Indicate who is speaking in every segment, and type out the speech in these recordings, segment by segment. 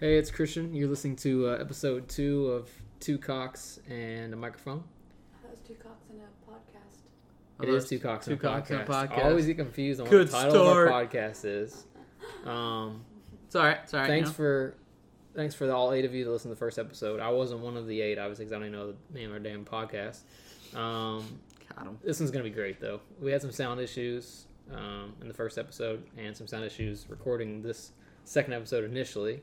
Speaker 1: Hey, it's Christian. You're listening to uh, episode two of Two Cocks and a Microphone.
Speaker 2: That was two cocks in a podcast.
Speaker 1: It is Two Cocks
Speaker 3: Two
Speaker 1: and a
Speaker 3: Cocks and a
Speaker 1: podcast. I
Speaker 3: Podcast.
Speaker 1: always get confused on
Speaker 3: Good
Speaker 1: what the title of our
Speaker 3: start.
Speaker 1: podcast is. Um,
Speaker 3: It's all right. It's all right.
Speaker 1: thanks
Speaker 3: you know?
Speaker 1: for thanks for all eight of you that listened to the first episode. I wasn't one of the eight, obviously, because I don't even know the name of our damn podcast. Um,
Speaker 3: Got 'em.
Speaker 1: this one's gonna be great though. We had some sound issues um, in the first episode, and some sound issues recording this second episode initially.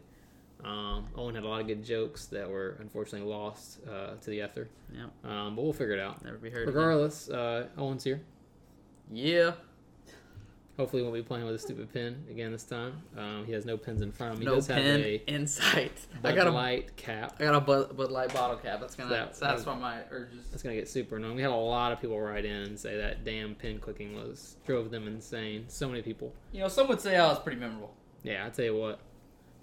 Speaker 1: Um, Owen had a lot of good jokes that were unfortunately lost uh, to the ether.
Speaker 3: Yeah.
Speaker 1: Um, but we'll figure it out.
Speaker 3: Never be heard. Again.
Speaker 1: Regardless, uh, Owen's here.
Speaker 3: Yeah.
Speaker 1: Hopefully, we won't be playing with a stupid pen again this time. Um, he has no pens in front of him. He
Speaker 3: no
Speaker 1: does have
Speaker 3: pen
Speaker 1: a
Speaker 3: insight. I
Speaker 1: Bud
Speaker 3: got a I
Speaker 1: light cap.
Speaker 3: got a Bud, Bud Light bottle cap. That's gonna
Speaker 1: That-
Speaker 3: satisfy my urges.
Speaker 1: That's gonna get super annoying. We had a lot of people write in and say that damn pen clicking was drove them insane. So many people.
Speaker 3: You know, some would say I was pretty memorable.
Speaker 1: Yeah, I tell you what,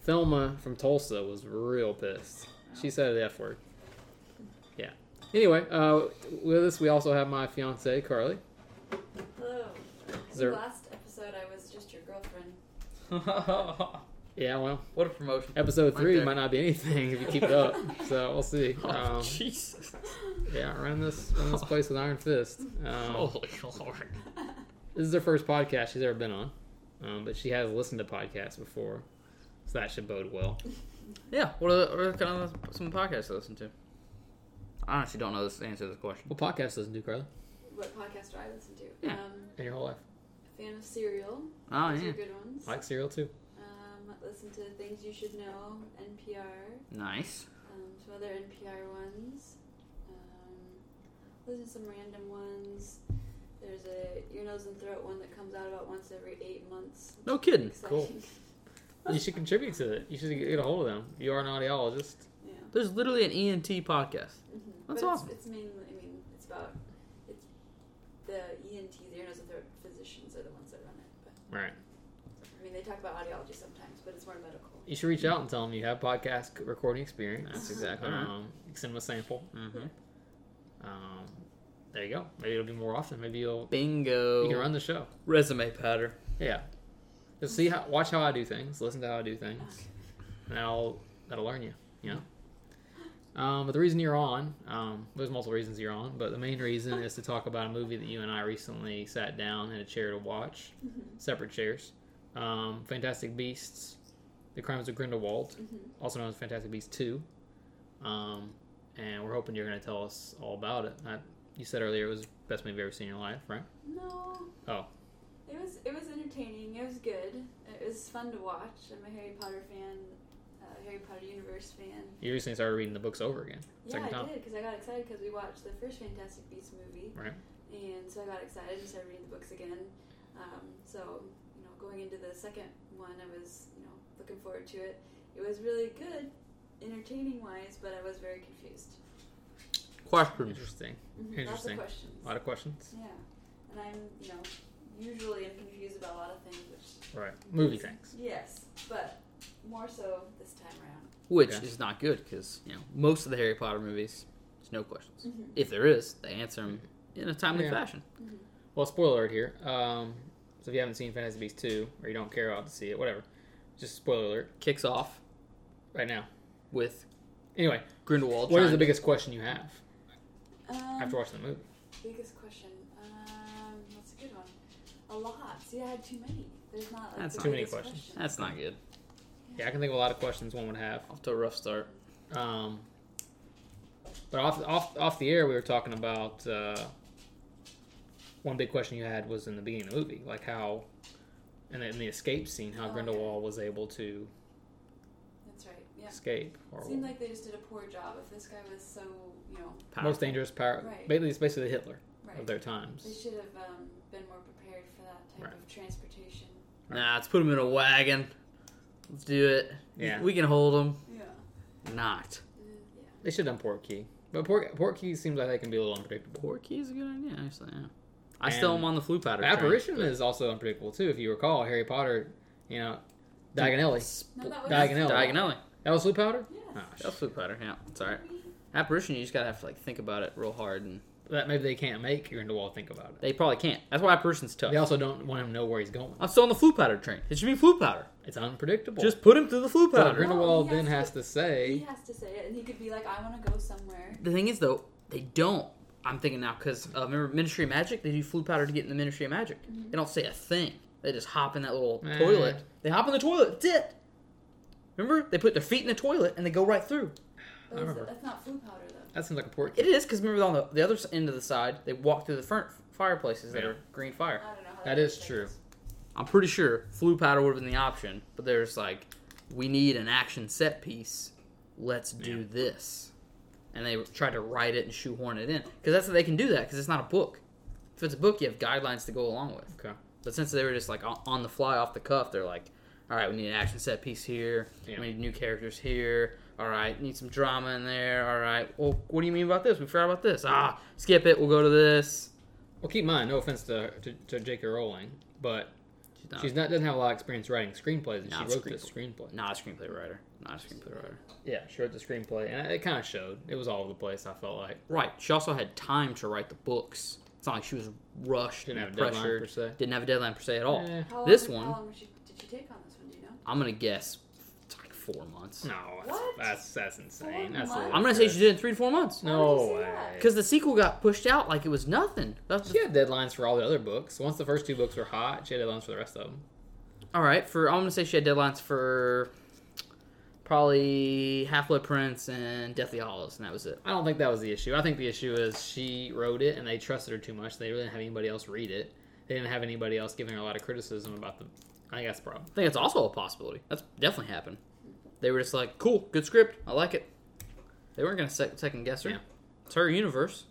Speaker 1: Thelma from Tulsa was real pissed. She said the f word. Yeah. Anyway, uh, with us we also have my fiance Carly.
Speaker 3: Oh.
Speaker 2: Hello.
Speaker 1: Is there-
Speaker 2: Last episode, I was just your girlfriend.
Speaker 3: what
Speaker 1: Yeah, well,
Speaker 3: a promotion!
Speaker 1: episode
Speaker 3: Right
Speaker 1: three
Speaker 3: there.
Speaker 1: might not be anything if you keep it up. so we'll see.
Speaker 3: oh
Speaker 1: Um,
Speaker 3: Jesus!
Speaker 1: yeah, run this run this place with iron fist. Um,
Speaker 3: Holy Lord!
Speaker 1: This is her first podcast she's ever been on, um, but she has listened to podcasts before, so that should bode well.
Speaker 3: Yeah. What are, the, what are the kind of some podcasts to listen to? I honestly don't know this answer to this question.
Speaker 1: What podcast doesn't do, Carly?
Speaker 2: What podcast do I listen to?
Speaker 3: Yeah.
Speaker 2: Um,
Speaker 1: In your whole life,
Speaker 2: fan of Serial.
Speaker 3: Oh
Speaker 2: Those
Speaker 3: yeah,
Speaker 2: are good ones.
Speaker 1: I like cereal too.
Speaker 2: Um, listen to Things You Should Know, NPR.
Speaker 3: nice.
Speaker 2: Um, some other NPR ones. Um, listen to some random ones. There's a ear, nose, and throat one that comes out about once every eight months.
Speaker 3: No kidding.
Speaker 1: Cool.
Speaker 2: Exciting.
Speaker 1: You should contribute to it. You should get a hold of them. You are an audiologist.
Speaker 2: Yeah.
Speaker 3: There's literally an ENT podcast.
Speaker 2: Mhm.
Speaker 3: That's
Speaker 2: but
Speaker 3: awesome.
Speaker 2: It's, it's mainly, I mean, it's about it's the ENTs, the ear, nose, and throat physicians are the ones that run it. But
Speaker 1: Right.
Speaker 2: I mean, they talk about audiology sometimes, but it's more medical.
Speaker 1: You should reach out and tell them you have podcast c- recording experience.
Speaker 3: That's exactly right.
Speaker 1: Um, send them a sample.
Speaker 3: Mm-hmm.
Speaker 1: Um, there you go. Maybe it'll be more often. Maybe you'll
Speaker 3: Bingo.
Speaker 1: you can run the show.
Speaker 3: resume powder.
Speaker 1: Yeah. Just see how watch how I do things. Listen to how I do things. And I'll that'll learn you. You know. Um, but the reason you're on, um, there's multiple reasons you're on, but the main reason is to talk about a movie that you and I recently sat down in a chair to watch,
Speaker 2: Mm-hmm.
Speaker 1: separate chairs. Um, Fantastic Beasts, The Crimes of Grindelwald.
Speaker 2: Mm-hmm.
Speaker 1: also known as Fantastic Beasts 2. Um, and we're hoping you're going to tell us all about it. I, you said earlier it was the best movie you've ever seen in your life, right?
Speaker 2: No.
Speaker 1: Oh.
Speaker 2: It was it was entertaining. It was good. It was fun to watch. I'm a Harry Potter fan, uh, Harry Potter universe fan.
Speaker 1: You recently started reading the books over again.
Speaker 2: Yeah,
Speaker 1: Second
Speaker 2: I
Speaker 1: time.
Speaker 2: did because I got excited because we watched the first Fantastic Beasts movie,
Speaker 1: Right.
Speaker 2: And so I got excited and started reading the books again. Um, so you know, going into the second one, I was you know looking forward to it. It was really good, entertaining wise, but I was very confused.
Speaker 3: Question.
Speaker 1: Interesting.
Speaker 2: Mhm, Lots
Speaker 1: Interesting.
Speaker 2: of questions.
Speaker 1: A lot of questions.
Speaker 2: Yeah, and I'm you know usually I'm confused about a lot of things, which
Speaker 1: Right. Movie things.
Speaker 2: yes, but more so this time around.
Speaker 3: Which
Speaker 1: Okay.
Speaker 3: is not good because, you know, most of the Harry Potter movies, there's no questions.
Speaker 2: Mm-hmm.
Speaker 3: If there is, they answer them in a timely
Speaker 1: Yeah.
Speaker 3: fashion.
Speaker 2: Mm-hmm.
Speaker 1: Well, spoiler alert here. Um, so if you haven't seen Fantastic Beasts 2 or you don't care about to see it, whatever. Just spoiler alert
Speaker 3: Kicks off
Speaker 1: right now.
Speaker 3: with
Speaker 1: Anyway,
Speaker 3: Grindelwald.
Speaker 1: what is the
Speaker 3: trying to-
Speaker 1: biggest question you have
Speaker 2: Um,
Speaker 1: after watching the movie?
Speaker 2: Biggest question. Um, that's a good one. A lot. See, I had too many. There's not like,
Speaker 3: That's
Speaker 2: the
Speaker 3: Too
Speaker 1: many
Speaker 2: biggest
Speaker 1: questions.
Speaker 2: question.
Speaker 3: That's not good.
Speaker 1: Yeah, I can think of a lot of questions one would have.
Speaker 3: Off to a rough start.
Speaker 1: Um, but off, off off the air, we were talking about uh, one big question you had was in the beginning of the movie, like how, and in the escape scene,
Speaker 2: Oh,
Speaker 1: how
Speaker 2: okay.
Speaker 1: Grindelwald was able to
Speaker 2: That's right. Yeah.
Speaker 1: escape, or
Speaker 2: Seemed like they just did a poor job. If this guy was so, you know,
Speaker 1: most dangerous power.
Speaker 2: Right.
Speaker 1: Basically, it's basically the Hitler
Speaker 2: right.
Speaker 1: of their
Speaker 2: They
Speaker 1: times.
Speaker 2: should have um, been more prepared for that type
Speaker 1: Right.
Speaker 2: of transportation.
Speaker 3: Nah, let's put him in a wagon. Let's do it.
Speaker 1: Yeah.
Speaker 3: We can hold him.
Speaker 2: Yeah.
Speaker 3: Not.
Speaker 2: Uh, yeah.
Speaker 1: They should have done Porky, but Por- Porky seems like they can be a little unpredictable.
Speaker 3: Porky is a good idea, actually, yeah. I still
Speaker 1: And
Speaker 3: am on the flu powder.
Speaker 1: The apparition is also unpredictable too. If you recall, Harry Potter, you know, Diagonelli.
Speaker 2: No, that was
Speaker 1: Diagonelli.
Speaker 3: Diagonelli.
Speaker 1: That was Blue Powder.
Speaker 2: Yes.
Speaker 1: Oh,
Speaker 3: That's flu powder, yeah. It's alright.
Speaker 2: Maybe.
Speaker 3: Apparition, you just gotta have to like think about it real hard and
Speaker 1: that maybe they can't make Grindelwald think about it.
Speaker 3: They probably can't. That's why Pearson's tough.
Speaker 1: They also don't want him to know where he's going.
Speaker 3: I'm still on the flu powder train. It should be flu powder.
Speaker 1: It's unpredictable.
Speaker 3: Just put him through the flu
Speaker 1: but
Speaker 3: powder.
Speaker 1: Grindelwald
Speaker 2: No, he
Speaker 1: then
Speaker 2: has
Speaker 1: has to say
Speaker 2: He has to say it, and he could be like, "I want to go somewhere."
Speaker 3: The thing is, though, they don't. I'm thinking now because uh, remember Ministry of Magic? They do flu powder to get in the Ministry of Magic. They don't say a thing. They just hop in that little
Speaker 1: Eh.
Speaker 3: toilet. They hop in the toilet. That's it. Remember, they put their feet in the toilet and they go right through.
Speaker 2: Those-
Speaker 1: remember.
Speaker 2: that's not flu powder though.
Speaker 1: that seems like a pork.
Speaker 3: It is because remember on the, the other s- end of the side, they walk through the front fireplaces that
Speaker 1: Yeah.
Speaker 3: are green fire.
Speaker 2: I don't know. How
Speaker 1: That is
Speaker 2: makes
Speaker 1: true.
Speaker 2: sense.
Speaker 3: I'm pretty sure flu powder would have been the option, but there's like, we need an action set piece. Let's do
Speaker 1: Yeah.
Speaker 3: this. And they tried to write it and shoehorn it in because that's they can do that because it's not a book. If it's a book, you have guidelines to go along with.
Speaker 1: Okay.
Speaker 3: But since they were just like on on the fly, off the cuff, they're like, all right, we need an action set piece here.
Speaker 1: Yeah.
Speaker 3: We need new characters here. All right, need some drama in there. All right, well, what do you mean about this? We forgot about this. Ah, skip it. We'll go to this.
Speaker 1: Well, keep in mind, no offense to to, to J.K. Rowling, but
Speaker 3: She's not,
Speaker 1: she's not doesn't have a lot of experience writing screenplays, and
Speaker 3: Not
Speaker 1: she wrote this screenplay.
Speaker 3: not a screenplay writer. Not a screenplay writer.
Speaker 1: Yeah, she wrote the screenplay, and it kind of showed. It was all over the place. I felt like
Speaker 3: Right. She also had time to write the books. It's not like she was rushed
Speaker 1: didn't have
Speaker 3: and
Speaker 1: a deadline
Speaker 3: pressured.
Speaker 1: per se.
Speaker 3: Didn't have a deadline per se at all.
Speaker 1: Eh,
Speaker 2: How long
Speaker 3: This
Speaker 2: did-
Speaker 3: one-
Speaker 2: How long did she, did she take on this one? Do you know?
Speaker 3: I'm gonna guess it's like four months.
Speaker 1: no, that's
Speaker 2: What?
Speaker 1: that's, that's insane.
Speaker 2: Four
Speaker 1: That's a
Speaker 2: months?
Speaker 1: little
Speaker 3: I'm gonna say
Speaker 1: bit.
Speaker 3: she did it in three to four months.
Speaker 2: Why
Speaker 1: No
Speaker 2: would you say
Speaker 1: way.
Speaker 2: that?
Speaker 3: Because the sequel got pushed out like it was nothing. That's
Speaker 1: She had deadlines for all the other books. Once the first two books were hot, she had deadlines for the rest of them.
Speaker 3: all right. For I'm gonna say she had deadlines for probably Half Blood Prince and Deathly Hollows, and that was it.
Speaker 1: I don't think that was the issue. I think the issue is she wrote it and they trusted her too much. They really didn't have anybody else read it. They didn't have anybody else giving her a lot of criticism about the. I think that's the problem.
Speaker 3: I think it's also a possibility. That's definitely happened. They were just like, cool, good script, I like it. They weren't gonna sec- second guess her.
Speaker 1: Yeah.
Speaker 3: It's her universe.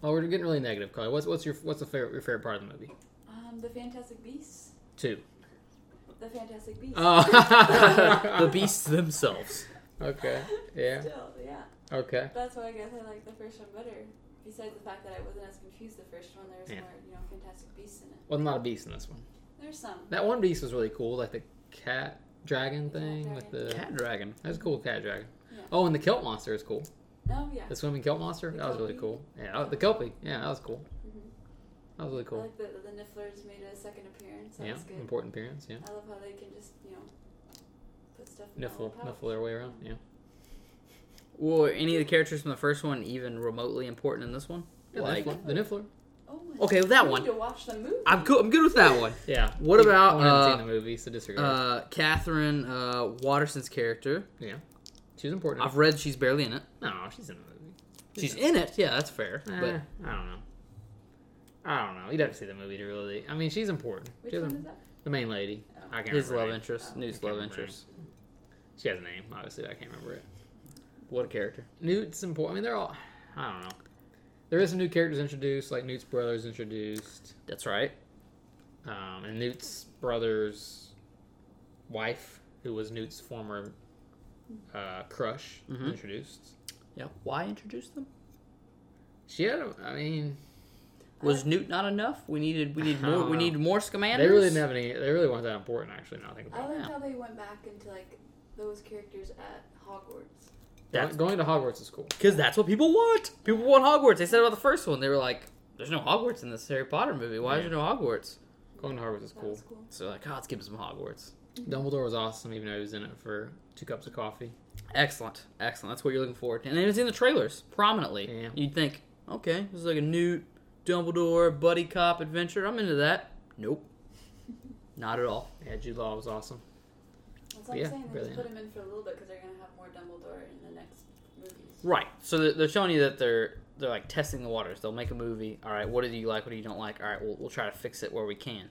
Speaker 1: Well, Oh, we're getting really negative, Chloe. What's what's your what's the favorite your favorite part of the movie?
Speaker 2: Um, the Fantastic Beasts.
Speaker 1: Two.
Speaker 2: The Fantastic Beasts.
Speaker 1: Oh.
Speaker 3: the beasts themselves.
Speaker 1: Okay. Yeah.
Speaker 2: Still, yeah.
Speaker 1: Okay.
Speaker 2: That's why I guess I like the first one better. Besides the fact that I wasn't as confused the first one. There was
Speaker 1: Yeah.
Speaker 2: more, you know, Fantastic Beasts in it.
Speaker 1: Wasn't a lot of beasts in this one.
Speaker 2: There's some.
Speaker 1: That one beast was really cool, like the cat dragon thing with the.
Speaker 3: Cat dragon.
Speaker 1: That was a cool cat dragon.
Speaker 2: Yeah.
Speaker 1: Oh, and the kelp monster is cool.
Speaker 2: Oh yeah.
Speaker 1: The swimming kelp monster.
Speaker 2: The
Speaker 1: that was really
Speaker 2: kelpie?
Speaker 1: cool. Yeah, oh, the kelpie. Yeah, that was cool.
Speaker 2: Mhm.
Speaker 1: That was really
Speaker 2: I
Speaker 1: cool.
Speaker 2: like that the Nifflers made a second appearance. That
Speaker 1: yeah,
Speaker 2: was good.
Speaker 1: important appearance. Yeah,
Speaker 2: I love how they can just, you know, put stuff in
Speaker 1: niffle,
Speaker 2: the
Speaker 1: niffle their way around. Yeah,
Speaker 3: Were any of the characters from the first one even remotely important in this one?
Speaker 1: yeah
Speaker 3: like,
Speaker 1: the, niffler, the niffler.
Speaker 2: Oh my
Speaker 3: Okay, that
Speaker 2: we
Speaker 3: one.
Speaker 2: Need to watch the movie.
Speaker 3: I'm cool. I'm good with that one.
Speaker 1: Yeah.
Speaker 3: What about,
Speaker 1: I haven't
Speaker 3: uh,
Speaker 1: seen the movie, so disregard.
Speaker 3: Uh, Catherine uh, Watterson's character.
Speaker 1: yeah, she's important.
Speaker 3: I've read she's barely in it.
Speaker 1: no, she's in the movie.
Speaker 3: She's in it. Yeah, that's fair.
Speaker 1: Eh,
Speaker 3: But
Speaker 1: I don't know. I don't know. You'd have to see the movie to really. I mean, she's important.
Speaker 2: Which
Speaker 1: She's
Speaker 2: one
Speaker 1: im-
Speaker 2: is that?
Speaker 1: The main lady.
Speaker 2: Oh.
Speaker 1: I can't
Speaker 3: his
Speaker 1: remember her
Speaker 3: love
Speaker 1: name.
Speaker 3: interest,
Speaker 2: Oh.
Speaker 3: Newt's
Speaker 1: I can't
Speaker 3: love
Speaker 1: remember her
Speaker 3: interest.
Speaker 1: She has a name, obviously. But I can't remember it.
Speaker 3: What a character.
Speaker 1: Newt's important. I mean, they're all. I don't know. There is some new characters introduced, like Newt's brothers introduced.
Speaker 3: That's right.
Speaker 1: um, and Newt's brother's wife, who was Newt's former uh, crush, was
Speaker 3: Mhm.
Speaker 1: introduced.
Speaker 3: Yeah. Why introduce them?
Speaker 1: She had, a, I mean,
Speaker 3: Was Newt not enough? We needed. We need
Speaker 1: I don't
Speaker 3: more. We
Speaker 1: know.
Speaker 3: need more Scamanders.
Speaker 1: they really didn't have any. They really weren't that important, actually. Now I think
Speaker 2: I
Speaker 1: about it.
Speaker 2: like
Speaker 3: Yeah.
Speaker 2: how they went back into like those characters at Hogwarts.
Speaker 3: That's-
Speaker 1: going to Hogwarts is cool.
Speaker 3: Because that's what people want. People want Hogwarts. They said about the first one, they were like, "There's no Hogwarts in this Harry Potter movie. Why is there no Hogwarts?"
Speaker 1: Going to Hogwarts is
Speaker 2: That
Speaker 1: cool.
Speaker 2: was cool.
Speaker 3: So like, oh, let's give them some Hogwarts.
Speaker 1: Dumbledore was awesome, even though he was in it for two cups of coffee.
Speaker 3: Excellent, excellent. That's what you're looking forward to. And it was in the trailers prominently.
Speaker 1: Yeah.
Speaker 3: You'd think, okay, this is like a Newt, Dumbledore, buddy cop adventure. I'm into that. Nope, not at all.
Speaker 1: Yeah, Jude Law was awesome.
Speaker 2: That's what
Speaker 1: Yeah,
Speaker 2: I'm saying. They just
Speaker 1: brilliant.
Speaker 2: put him in for a little bit because they're gonna have more Dumbledore in the next movies.
Speaker 3: Right. So they're- they're showing you that they're they're like testing the waters. They'll make a movie. All right, what do you like? What do you don't like? All right, we'll, we'll try to fix it where we can.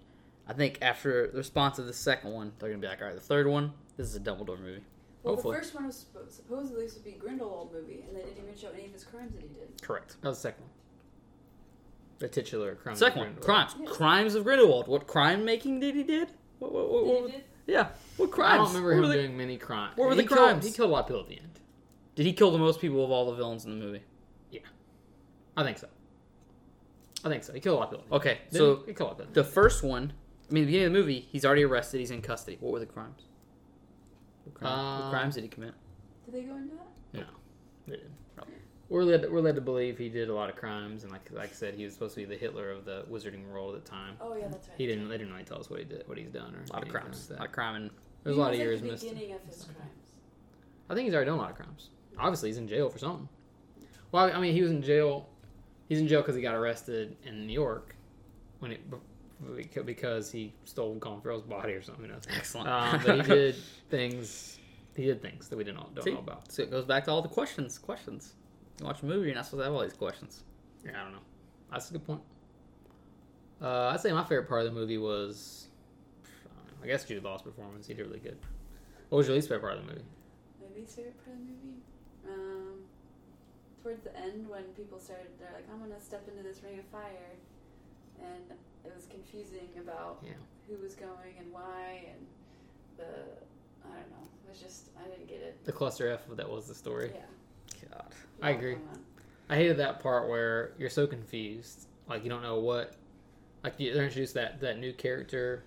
Speaker 3: I think after the response of the second one, they're gonna be like, all right, the third one, this is a Dumbledore movie.
Speaker 2: Well,
Speaker 1: Hopefully.
Speaker 2: the first one was suppo- supposedly supposed to be Grindelwald movie, and they didn't even show any of his crimes that he did.
Speaker 3: Correct.
Speaker 1: That was the second one. The titular crime.
Speaker 3: Second one, crimes,
Speaker 2: Yeah.
Speaker 3: crimes of Grindelwald. What crime making did he did? What, what, what,
Speaker 2: They
Speaker 3: what-
Speaker 2: did-
Speaker 3: yeah, what
Speaker 1: I
Speaker 3: crimes?
Speaker 1: don't remember
Speaker 3: What
Speaker 1: him
Speaker 3: were they-
Speaker 1: doing many crimes.
Speaker 3: What were
Speaker 1: He
Speaker 3: the
Speaker 1: killed-
Speaker 3: crimes?
Speaker 1: He killed a lot of people at the end.
Speaker 3: Did he kill the most people of all the villains in the movie?
Speaker 1: I think so. I think so. He killed a lot of people. at the end.
Speaker 3: Okay,
Speaker 1: so
Speaker 3: so
Speaker 1: we call it that.
Speaker 3: the first one, I mean, the beginning of the movie, he's already arrested. He's in custody. What were the crimes? What, crime- what
Speaker 1: Um,
Speaker 3: crimes did he commit?
Speaker 2: Did they go into that?
Speaker 1: No. We're led, we're led to believe he did a lot of crimes, and like like I said, he was supposed to be the Hitler of the wizarding world at the time.
Speaker 2: Oh yeah, that's right.
Speaker 1: He didn't. They didn't really tell us what he did, what he's done, or
Speaker 3: A lot of
Speaker 1: anything like
Speaker 3: crimes.
Speaker 1: that.
Speaker 3: A lot of crime and
Speaker 1: There's a
Speaker 2: He
Speaker 1: lot
Speaker 2: was
Speaker 1: of years
Speaker 2: at the
Speaker 1: missed.
Speaker 2: Beginning of his crimes.
Speaker 1: I think he's already done a lot of crimes. Obviously, he's in jail for something. Well, I mean, he was in jail. He's in jail because he got arrested in New York when it beca- because he stole Gonfrel's body or something. You know.
Speaker 3: excellent.
Speaker 1: Um, but he did things. He did things that we didn't all- don't
Speaker 3: See?
Speaker 1: know about.
Speaker 3: So it goes back to all the questions. Questions. You watch a movie, you're not supposed to have all these questions.
Speaker 1: Yeah, I don't know. That's a good point. Uh, I'd say my favorite part of the movie was, I guess Jude Law's performance. He did really good. What was your least favorite part of the movie?
Speaker 2: My least favorite part of the movie, um, towards the end when people started, they're like, "I'm gonna step into this ring of fire," and it was confusing about
Speaker 1: Yeah.
Speaker 2: who was going and why, and the I don't know. It was just I didn't get it.
Speaker 1: The cluster F that was the story.
Speaker 2: Yeah,
Speaker 3: God.
Speaker 1: I
Speaker 2: Yeah,
Speaker 1: agree.
Speaker 2: come on.
Speaker 1: I hated that part where you're so confused, like you don't know what, like you- they're introduced that that new character,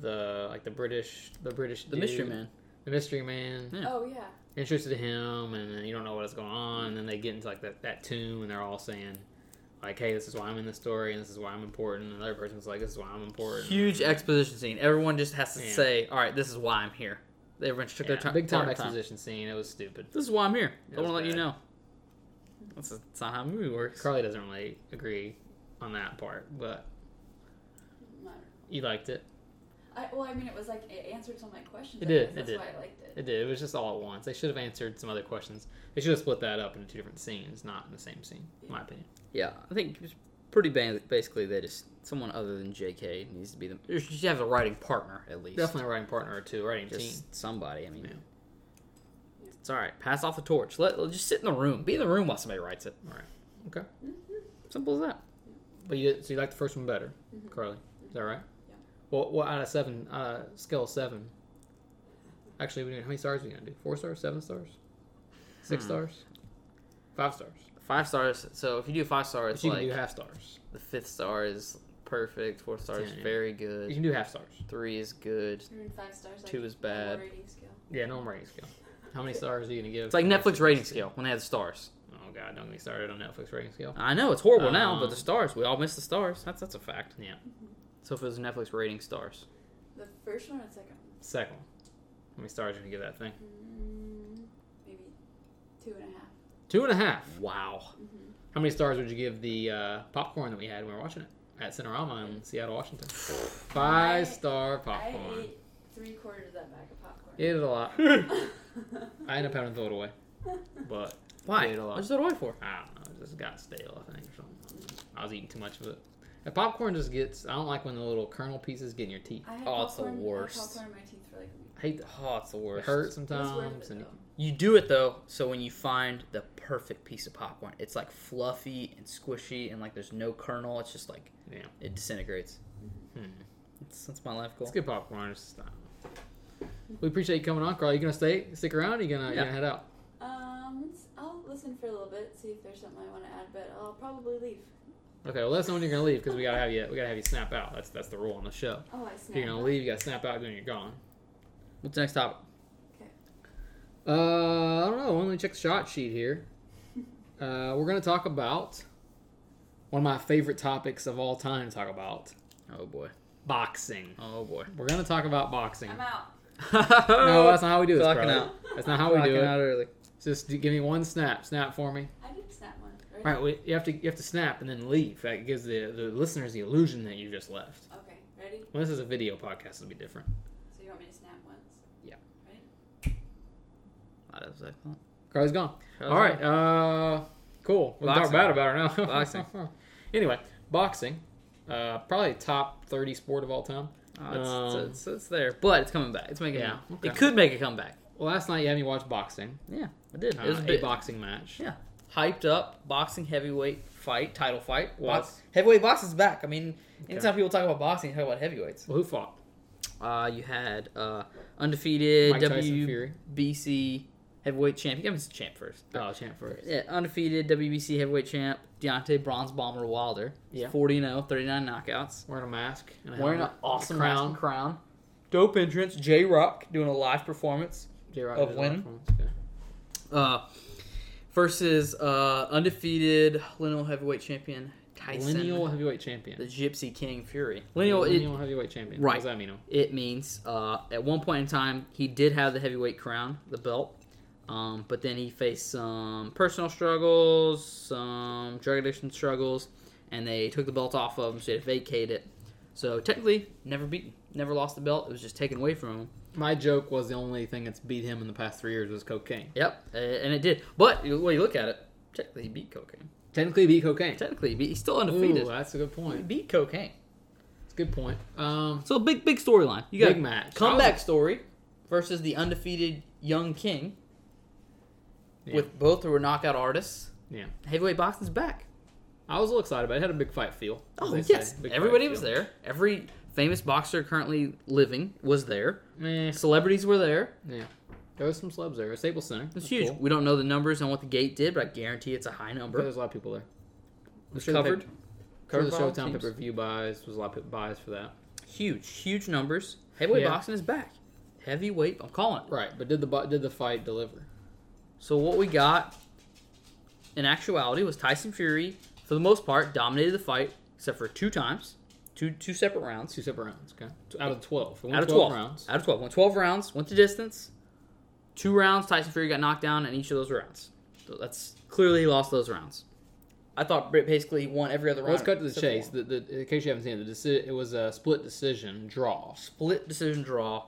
Speaker 1: the like the British, the British,
Speaker 3: The Mystery
Speaker 1: dude,
Speaker 3: Man.
Speaker 1: the mystery man.
Speaker 3: Yeah.
Speaker 2: Oh yeah,
Speaker 1: You're Introduced to him, and then you don't know what's going on, and then they get into like that that tomb, and they're all saying. Like, hey, this is why I'm in this story, and this is why I'm important. And the other person's like, this is why I'm important.
Speaker 3: Huge exposition scene. Everyone just has to
Speaker 1: Yeah.
Speaker 3: say, "All right, this is why I'm here." Everyone just took
Speaker 1: Yeah,
Speaker 3: their time.
Speaker 1: big time
Speaker 3: part
Speaker 1: exposition scene. It was stupid.
Speaker 3: This is why I'm here.
Speaker 1: It
Speaker 3: I want
Speaker 1: was
Speaker 3: to let you
Speaker 1: bad.
Speaker 3: know. That's, that's not how a movie works.
Speaker 1: Carly doesn't really agree on that part, but
Speaker 2: Not-
Speaker 1: you liked it.
Speaker 2: I, well, I mean, it was like it answered some of my questions.
Speaker 1: It
Speaker 2: I
Speaker 1: did,
Speaker 2: guess.
Speaker 1: it
Speaker 2: That's
Speaker 1: did.
Speaker 2: why I liked it.
Speaker 1: It did. It was just all at once. They should have answered some other questions. They should have split that up into two different scenes, not in the same scene, in my opinion.
Speaker 3: Yeah, I think it's pretty ba- basically they just someone other than J.K. needs to be them. You should have a writing partner at least.
Speaker 1: Definitely a writing partner or two, writing team.
Speaker 3: just somebody. I mean,
Speaker 1: Yeah.
Speaker 3: it's all right. Pass off the torch. Let, let- just sit in the room. Be in the room while somebody writes it.
Speaker 1: All right. Okay.
Speaker 2: Mm-hmm.
Speaker 3: Simple as that.
Speaker 1: But you so you like the first one better,
Speaker 2: Mhm.
Speaker 1: Carly? Is that right?
Speaker 2: Yeah.
Speaker 1: Well, what out of seven? Uh, scale of seven. Actually, we how many stars are we gonna do? Four stars, seven stars, six
Speaker 3: Hmm.
Speaker 1: stars, five stars.
Speaker 3: Five stars. So if you do five stars,
Speaker 1: But
Speaker 3: it's
Speaker 1: you
Speaker 3: like
Speaker 1: can do half stars.
Speaker 3: the fifth star is perfect. Fourth star is
Speaker 1: Ten, yeah.
Speaker 3: very
Speaker 1: You
Speaker 3: good.
Speaker 1: can do half stars.
Speaker 3: Three is good.
Speaker 2: You're in five stars.
Speaker 3: Two
Speaker 2: like,
Speaker 3: is bad.
Speaker 2: on the rating scale.
Speaker 1: Yeah, normal rating scale. How many stars are you gonna give?
Speaker 3: It's like Netflix rating scale when they had the stars.
Speaker 1: Oh god, don't get me started on Netflix rating scale.
Speaker 3: I know it's horrible now, but
Speaker 1: Um,
Speaker 3: the stars we all miss the stars. That's that's a fact.
Speaker 1: Yeah.
Speaker 3: So if it was Netflix rating stars,
Speaker 2: Mm-hmm. The first one or the second
Speaker 1: Second one. How many stars are you gonna give that thing?
Speaker 2: one? Mm, maybe two and a half.
Speaker 1: Two and a half.
Speaker 3: wow.
Speaker 2: Mhm.
Speaker 1: How many stars would you give the uh, popcorn that we had when we were watching it at Cinerama in Seattle, Washington? Five star
Speaker 2: I
Speaker 1: popcorn.
Speaker 2: ate three quarters of that bag of popcorn.
Speaker 1: Ate it a lot. I ended up having to throw it away, but
Speaker 3: Why?
Speaker 1: Ate a lot.
Speaker 3: What's that away for?
Speaker 1: I don't know. It just got stale, I think, or something. I was eating too much of it. And popcorn just gets. I don't like when the little kernel pieces get in your teeth.
Speaker 2: I had popcorn,
Speaker 3: Oh, it's the
Speaker 2: I
Speaker 3: worst.
Speaker 2: had popcorn in my teeth for like a week.
Speaker 1: I hate that.
Speaker 3: Oh, it's the
Speaker 1: It
Speaker 3: worst.
Speaker 1: hurts
Speaker 2: It was worth
Speaker 1: sometimes.
Speaker 2: it,
Speaker 1: and
Speaker 2: though.
Speaker 3: You do it though, so when you find the perfect piece of popcorn, it's like fluffy and squishy, and like there's no kernel. It's just like
Speaker 1: Yeah.
Speaker 3: it disintegrates.
Speaker 1: Hmm.
Speaker 3: It's, that's my life goal.
Speaker 1: It's good popcorn. It's just, I don't know. We appreciate you coming on, Carl. Are you gonna stay, stick around? Or you gonna, you
Speaker 3: Yeah.
Speaker 1: gonna head out?
Speaker 2: Um, let's, I'll listen for a little bit, see if there's something I want to add, but I'll probably leave.
Speaker 1: Okay, well, let us know when you're gonna leave because we gotta have you. We gotta have you snap out. That's that's the rule on the show.
Speaker 2: Oh, I
Speaker 1: If
Speaker 2: snapped.
Speaker 1: you're gonna leave, you gotta snap out when you're gone.
Speaker 3: What's the next topic?
Speaker 1: Uh, I don't know. Let me check the shot sheet here. Uh, we're gonna talk about one of my favorite topics of all time. to Talk about
Speaker 3: Oh boy.
Speaker 1: boxing.
Speaker 3: Oh boy.
Speaker 1: We're gonna talk about boxing.
Speaker 2: I'm out.
Speaker 1: No, that's not how we do this,
Speaker 3: Clocking
Speaker 1: bro.
Speaker 3: out.
Speaker 1: That's not how we do
Speaker 3: Clocking
Speaker 1: it.
Speaker 3: out early.
Speaker 1: Just give me one snap. Snap for me.
Speaker 2: I did snap one. Right?
Speaker 1: All right, we, you have to you have to snap and then leave. That gives the the listeners the illusion that you just left.
Speaker 2: Okay, ready?
Speaker 1: When this is a video podcast, it'll be different.
Speaker 2: So you want me to snap once?
Speaker 3: That was excellent.
Speaker 1: Carly's gone.
Speaker 3: That was
Speaker 1: All right. Uh, cool. We can talk
Speaker 3: Uh-huh. Boxing.
Speaker 1: bad about her now.
Speaker 3: Boxing.
Speaker 1: anyway, boxing. Uh, probably top thirty sport of all time.
Speaker 3: Oh, it's, it's-
Speaker 1: Um,
Speaker 3: it's, it's there, but it's coming back. It's making.
Speaker 1: Yeah,
Speaker 3: it-
Speaker 1: okay.
Speaker 3: It could make a comeback.
Speaker 1: Last night you had me watch boxing.
Speaker 3: Yeah, it did.
Speaker 1: Uh,
Speaker 3: it was a
Speaker 1: a
Speaker 3: bit
Speaker 1: boxing match.
Speaker 3: Yeah. Hyped up boxing heavyweight fight, title fight.
Speaker 1: Was.
Speaker 3: Box, heavyweight boxing's back. I mean,
Speaker 1: Okay.
Speaker 3: anytime people talk about boxing, they talk about heavyweights.
Speaker 1: Well, who fought?
Speaker 3: Uh, you had uh, undefeated
Speaker 1: Mike Tyson Fury.
Speaker 3: WBC heavyweight champ. You got me some champ first.
Speaker 1: Oh, champ first.
Speaker 3: Yeah, undefeated WBC heavyweight champ Deontay Bronze Bomber Wilder.
Speaker 1: Yeah.
Speaker 3: 40 0, 39 knockouts.
Speaker 1: Wearing a mask. And a
Speaker 3: Wearing an
Speaker 1: helmet.
Speaker 3: awesome
Speaker 1: crown.
Speaker 3: crown. crown. Dope entrance. J Rock doing a live performance.
Speaker 1: J. Rock
Speaker 3: of
Speaker 1: did a
Speaker 3: winning.
Speaker 1: lot for him. Okay.
Speaker 3: Uh, versus uh, undefeated lineal heavyweight champion Tyson,
Speaker 1: Lineal heavyweight
Speaker 3: the
Speaker 1: champion.
Speaker 3: Gypsy King Fury.
Speaker 1: The
Speaker 3: Lineal, it,
Speaker 1: heavyweight champion.
Speaker 3: Right.
Speaker 1: What does that mean?
Speaker 3: it means uh, at one point in time he did have the heavyweight crown, the belt, um, but then he faced some personal struggles, some drug addiction struggles, and they took the belt off of him, so he had to vacate it. So technically, never beaten, never lost the belt. It was just taken away from him.
Speaker 1: My joke was the only thing that's beat him in the past three years was cocaine.
Speaker 3: Yep, uh, and it did. But when you look at it, technically he beat cocaine.
Speaker 1: Technically beat cocaine.
Speaker 3: Technically, he beat- he's still undefeated.
Speaker 1: Ooh, that's a good
Speaker 3: He
Speaker 1: point.
Speaker 3: beat cocaine.
Speaker 1: That's a good point. Um,
Speaker 3: So big, big storyline. You got
Speaker 1: big match.
Speaker 3: comeback story versus the undefeated young king.
Speaker 1: Yeah.
Speaker 3: With both who were knockout artists.
Speaker 1: Yeah.
Speaker 3: Heavyweight boxing's back.
Speaker 1: I was a little excited, but it had a big fight feel. as
Speaker 3: Oh
Speaker 1: they say.
Speaker 3: yes,
Speaker 1: Big fight
Speaker 3: everybody was
Speaker 1: feel.
Speaker 3: there. Every famous boxer currently living was there.
Speaker 1: Eh,
Speaker 3: Celebrities were there.
Speaker 1: yeah. There was some slubs there. Staples Center.
Speaker 3: It's
Speaker 1: That's
Speaker 3: huge.
Speaker 1: cool.
Speaker 3: We don't know the numbers on what the gate did, but I guarantee it's a high
Speaker 1: But
Speaker 3: number.
Speaker 1: There's a lot of people there. I'm
Speaker 3: It's
Speaker 1: sure the
Speaker 3: covered.
Speaker 1: pay- I'm
Speaker 3: Covered
Speaker 1: sure
Speaker 3: by all
Speaker 1: the Showtime
Speaker 3: teams.
Speaker 1: pay per view buys was a lot of buys for that.
Speaker 3: Huge, huge numbers. Heavyweight
Speaker 1: Yeah.
Speaker 3: boxing is back. Heavyweight, I'm calling. it.
Speaker 1: Right, but did the bu- did the fight deliver?
Speaker 3: So what we got in actuality was Tyson Fury, for the most part, dominated the fight except for two times, two two separate rounds.
Speaker 1: Two separate rounds. Okay, out of twelve. It went
Speaker 3: Out of
Speaker 1: 12
Speaker 3: twelve
Speaker 1: rounds.
Speaker 3: out of twelve, went twelve rounds, went the distance. Two rounds, Tyson Fury got knocked down in each of those rounds. So that's clearly he lost those rounds. I thought Britt basically won every other
Speaker 1: Well,
Speaker 3: round.
Speaker 1: let's cut to the
Speaker 3: except for
Speaker 1: chase.
Speaker 3: one.
Speaker 1: The, the, in case you haven't seen it, the deci- it was a split decision draw.
Speaker 3: Split decision draw,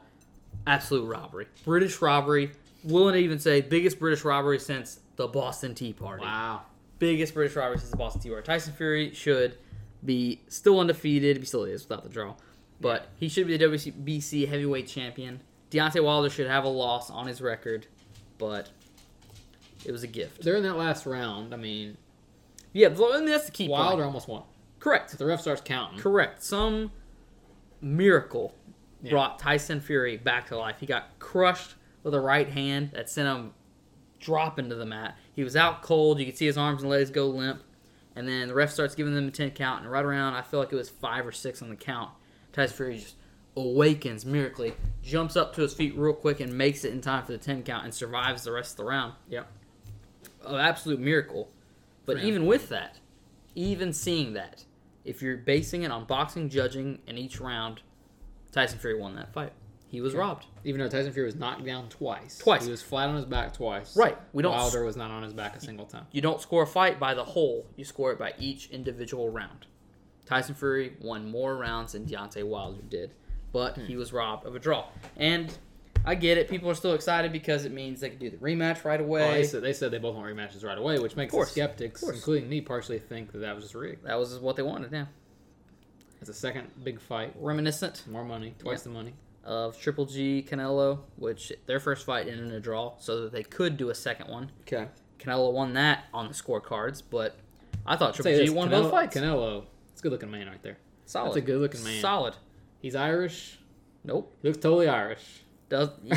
Speaker 3: absolute robbery, British robbery. Willing to even say biggest British robbery since the Boston Tea Party.
Speaker 1: Wow.
Speaker 3: biggest British rivalry since the Boston Tea Party. Tyson Fury should be still undefeated. He still is without the draw, but he should be the WBC heavyweight champion. Deontay Wilder should have a loss on his record, but it was a gift.
Speaker 1: During that last round, I mean,
Speaker 3: Yeah, well, I mean, that's the key
Speaker 1: Wilder
Speaker 3: point.
Speaker 1: almost won.
Speaker 3: Correct.
Speaker 1: If the ref starts counting,
Speaker 3: Correct. Some miracle
Speaker 1: Yeah.
Speaker 3: brought Tyson Fury back to life. He got crushed with a right hand that sent him dropping to the mat. He was out cold. You could see his arms and legs go limp. And then the ref starts giving them a 10 count. And right around, I feel like it was five or six on the count, Tyson Fury just awakens miraculously, jumps up to his feet real quick and makes it in time for the 10 count and survives the rest of the round
Speaker 1: yep.
Speaker 3: an absolute miracle. But
Speaker 1: Yeah.
Speaker 3: even with that, even seeing that, if you're basing it on boxing judging in each round, Tyson Fury won that fight. He was
Speaker 1: Yeah.
Speaker 3: robbed.
Speaker 1: Even though Tyson Fury was knocked down twice,
Speaker 3: Twice.
Speaker 1: he was flat on his back twice.
Speaker 3: Right. We don't.
Speaker 1: Wilder was not on his back a single time.
Speaker 3: You don't score a fight by the whole. You score it by each individual round. Tyson Fury won more rounds than Deontay Wilder did, but he
Speaker 1: Hmm.
Speaker 3: was robbed of a draw. And I get it. People are still excited because it means they can do the rematch right away.
Speaker 1: Oh, they, said, they said they both want rematches right away, which makes the
Speaker 3: course.
Speaker 1: skeptics,
Speaker 3: Of course.
Speaker 1: including me, partially think that that was just rigged.
Speaker 3: that was what they wanted. Yeah,
Speaker 1: It's a second big fight,
Speaker 3: reminiscent
Speaker 1: more money, twice the money.
Speaker 3: of Triple G Canelo, which their first fight ended in a draw, so that they could do a second one.
Speaker 1: Okay.
Speaker 3: Canelo won that on the scorecards, but I thought Triple
Speaker 1: Say
Speaker 3: G
Speaker 1: this,
Speaker 3: won
Speaker 1: Canelo,
Speaker 3: both fights.
Speaker 1: Canelo, it's a good looking man right there.
Speaker 3: Solid.
Speaker 1: That's a good looking man.
Speaker 3: Solid.
Speaker 1: He's Irish.
Speaker 3: Nope.
Speaker 1: He looks totally Irish.
Speaker 3: Does
Speaker 1: he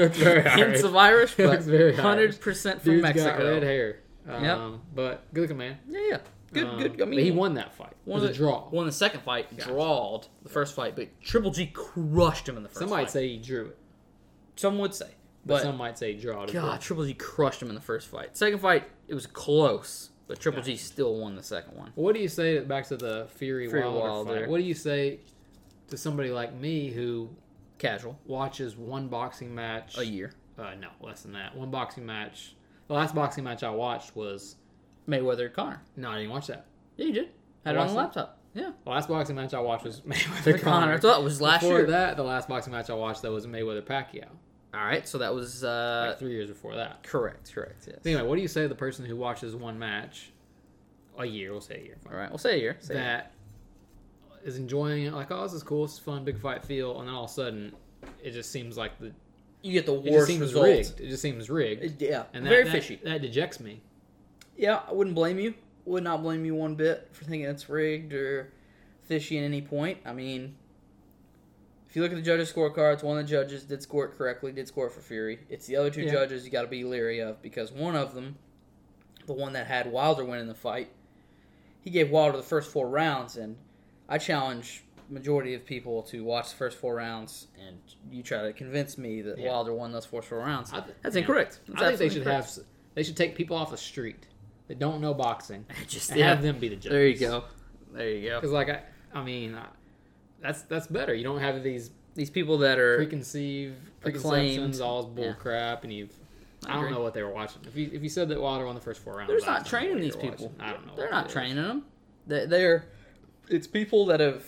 Speaker 1: looks very Irish.
Speaker 3: hints of Irish,
Speaker 1: He
Speaker 3: but
Speaker 1: looks very Irish.
Speaker 3: hundred percent from
Speaker 1: Dude's
Speaker 3: Mexico.
Speaker 1: got red hair. Um,
Speaker 3: Yep.
Speaker 1: But good looking man.
Speaker 3: Yeah, yeah. Good,
Speaker 1: Um,
Speaker 3: good. I mean,
Speaker 1: but he won that fight. It
Speaker 3: One
Speaker 1: was
Speaker 3: of
Speaker 1: a
Speaker 3: the,
Speaker 1: draw.
Speaker 3: Won the second fight,
Speaker 1: Gotcha.
Speaker 3: drawed the first fight, but Triple G crushed him in the first.
Speaker 1: Some might
Speaker 3: fight.
Speaker 1: say he drew it,
Speaker 3: some would say,
Speaker 1: but,
Speaker 3: but
Speaker 1: some might say he drawed it.
Speaker 3: God, Triple G crushed him in the first fight. Second fight, it was close, but Triple
Speaker 1: Gotcha.
Speaker 3: G still won the second one.
Speaker 1: What do you say back to the Fury,
Speaker 3: Fury
Speaker 1: Wilder,
Speaker 3: Wilder.
Speaker 1: fight? What do you say to somebody like me who
Speaker 3: Casual,
Speaker 1: watches one boxing match?
Speaker 3: a year.
Speaker 1: Uh, no, less than that. One boxing match. The last boxing match I watched was
Speaker 3: Mayweather Connor.
Speaker 1: no, I didn't watch that.
Speaker 3: Yeah, you did. Had it on the laptop. Yeah,
Speaker 1: The last boxing match I watched was
Speaker 3: Connor.
Speaker 1: Mayweather
Speaker 3: I
Speaker 1: Connor.
Speaker 3: thought it was last
Speaker 1: Before
Speaker 3: year.
Speaker 1: that, the last boxing match I watched that was Mayweather Pacquiao.
Speaker 3: All right, so that was
Speaker 1: Like
Speaker 3: uh,
Speaker 1: three years before that.
Speaker 3: correct. Correct. Yes.
Speaker 1: Anyway, what do you say to the person who watches one match a year? We'll say a year. fine,
Speaker 3: All right, we'll say a year. Say a year.
Speaker 1: that is enjoying it, like, oh, this is cool, this is fun, big fight feel, and then all of a sudden, it just seems like the
Speaker 3: You get the
Speaker 1: it just
Speaker 3: worst
Speaker 1: seems
Speaker 3: result.
Speaker 1: rigged. It just seems rigged,
Speaker 3: It- Yeah,
Speaker 1: and that,
Speaker 3: very
Speaker 1: that-
Speaker 3: fishy.
Speaker 1: That dejects me.
Speaker 3: Yeah, I wouldn't blame you. Would not blame you one bit for thinking it's rigged or fishy at any point. I mean, if you look at the judges' scorecards, one of the judges did score it correctly, did score it for Fury. It's the other two
Speaker 1: Yeah.
Speaker 3: judges you got to be leery of because one of them, the one that had Wilder winning the fight, he gave Wilder the first four rounds, and I challenge majority of people to watch the first four rounds, and you try to convince me that
Speaker 1: Yeah.
Speaker 3: Wilder won those first four rounds.
Speaker 1: I th-
Speaker 3: That's
Speaker 1: yeah.
Speaker 3: incorrect. That's
Speaker 1: I think they
Speaker 3: absolutely
Speaker 1: should
Speaker 3: incorrect.
Speaker 1: have They should take people off the street that don't know boxing
Speaker 3: Just
Speaker 1: and
Speaker 3: yeah.
Speaker 1: have them be the judges.
Speaker 3: There you go. There you go.
Speaker 1: Because like I, I mean, I, that's that's better. You don't have these
Speaker 3: These people that are
Speaker 1: preconceived
Speaker 3: Er, Acclaimed.
Speaker 1: preconceptions, all is bull
Speaker 3: Yeah.
Speaker 1: crap, and you've.
Speaker 3: I
Speaker 1: I don't
Speaker 3: agree.
Speaker 1: know what they were watching. If you if you said that Wilder won the first four rounds,
Speaker 3: They're
Speaker 1: I
Speaker 3: just not
Speaker 1: don't know what
Speaker 3: training
Speaker 1: you
Speaker 3: these
Speaker 1: were
Speaker 3: people.
Speaker 1: watching. I don't know.
Speaker 3: They're
Speaker 1: what
Speaker 3: not
Speaker 1: it is.
Speaker 3: training them. They, they're it's people that have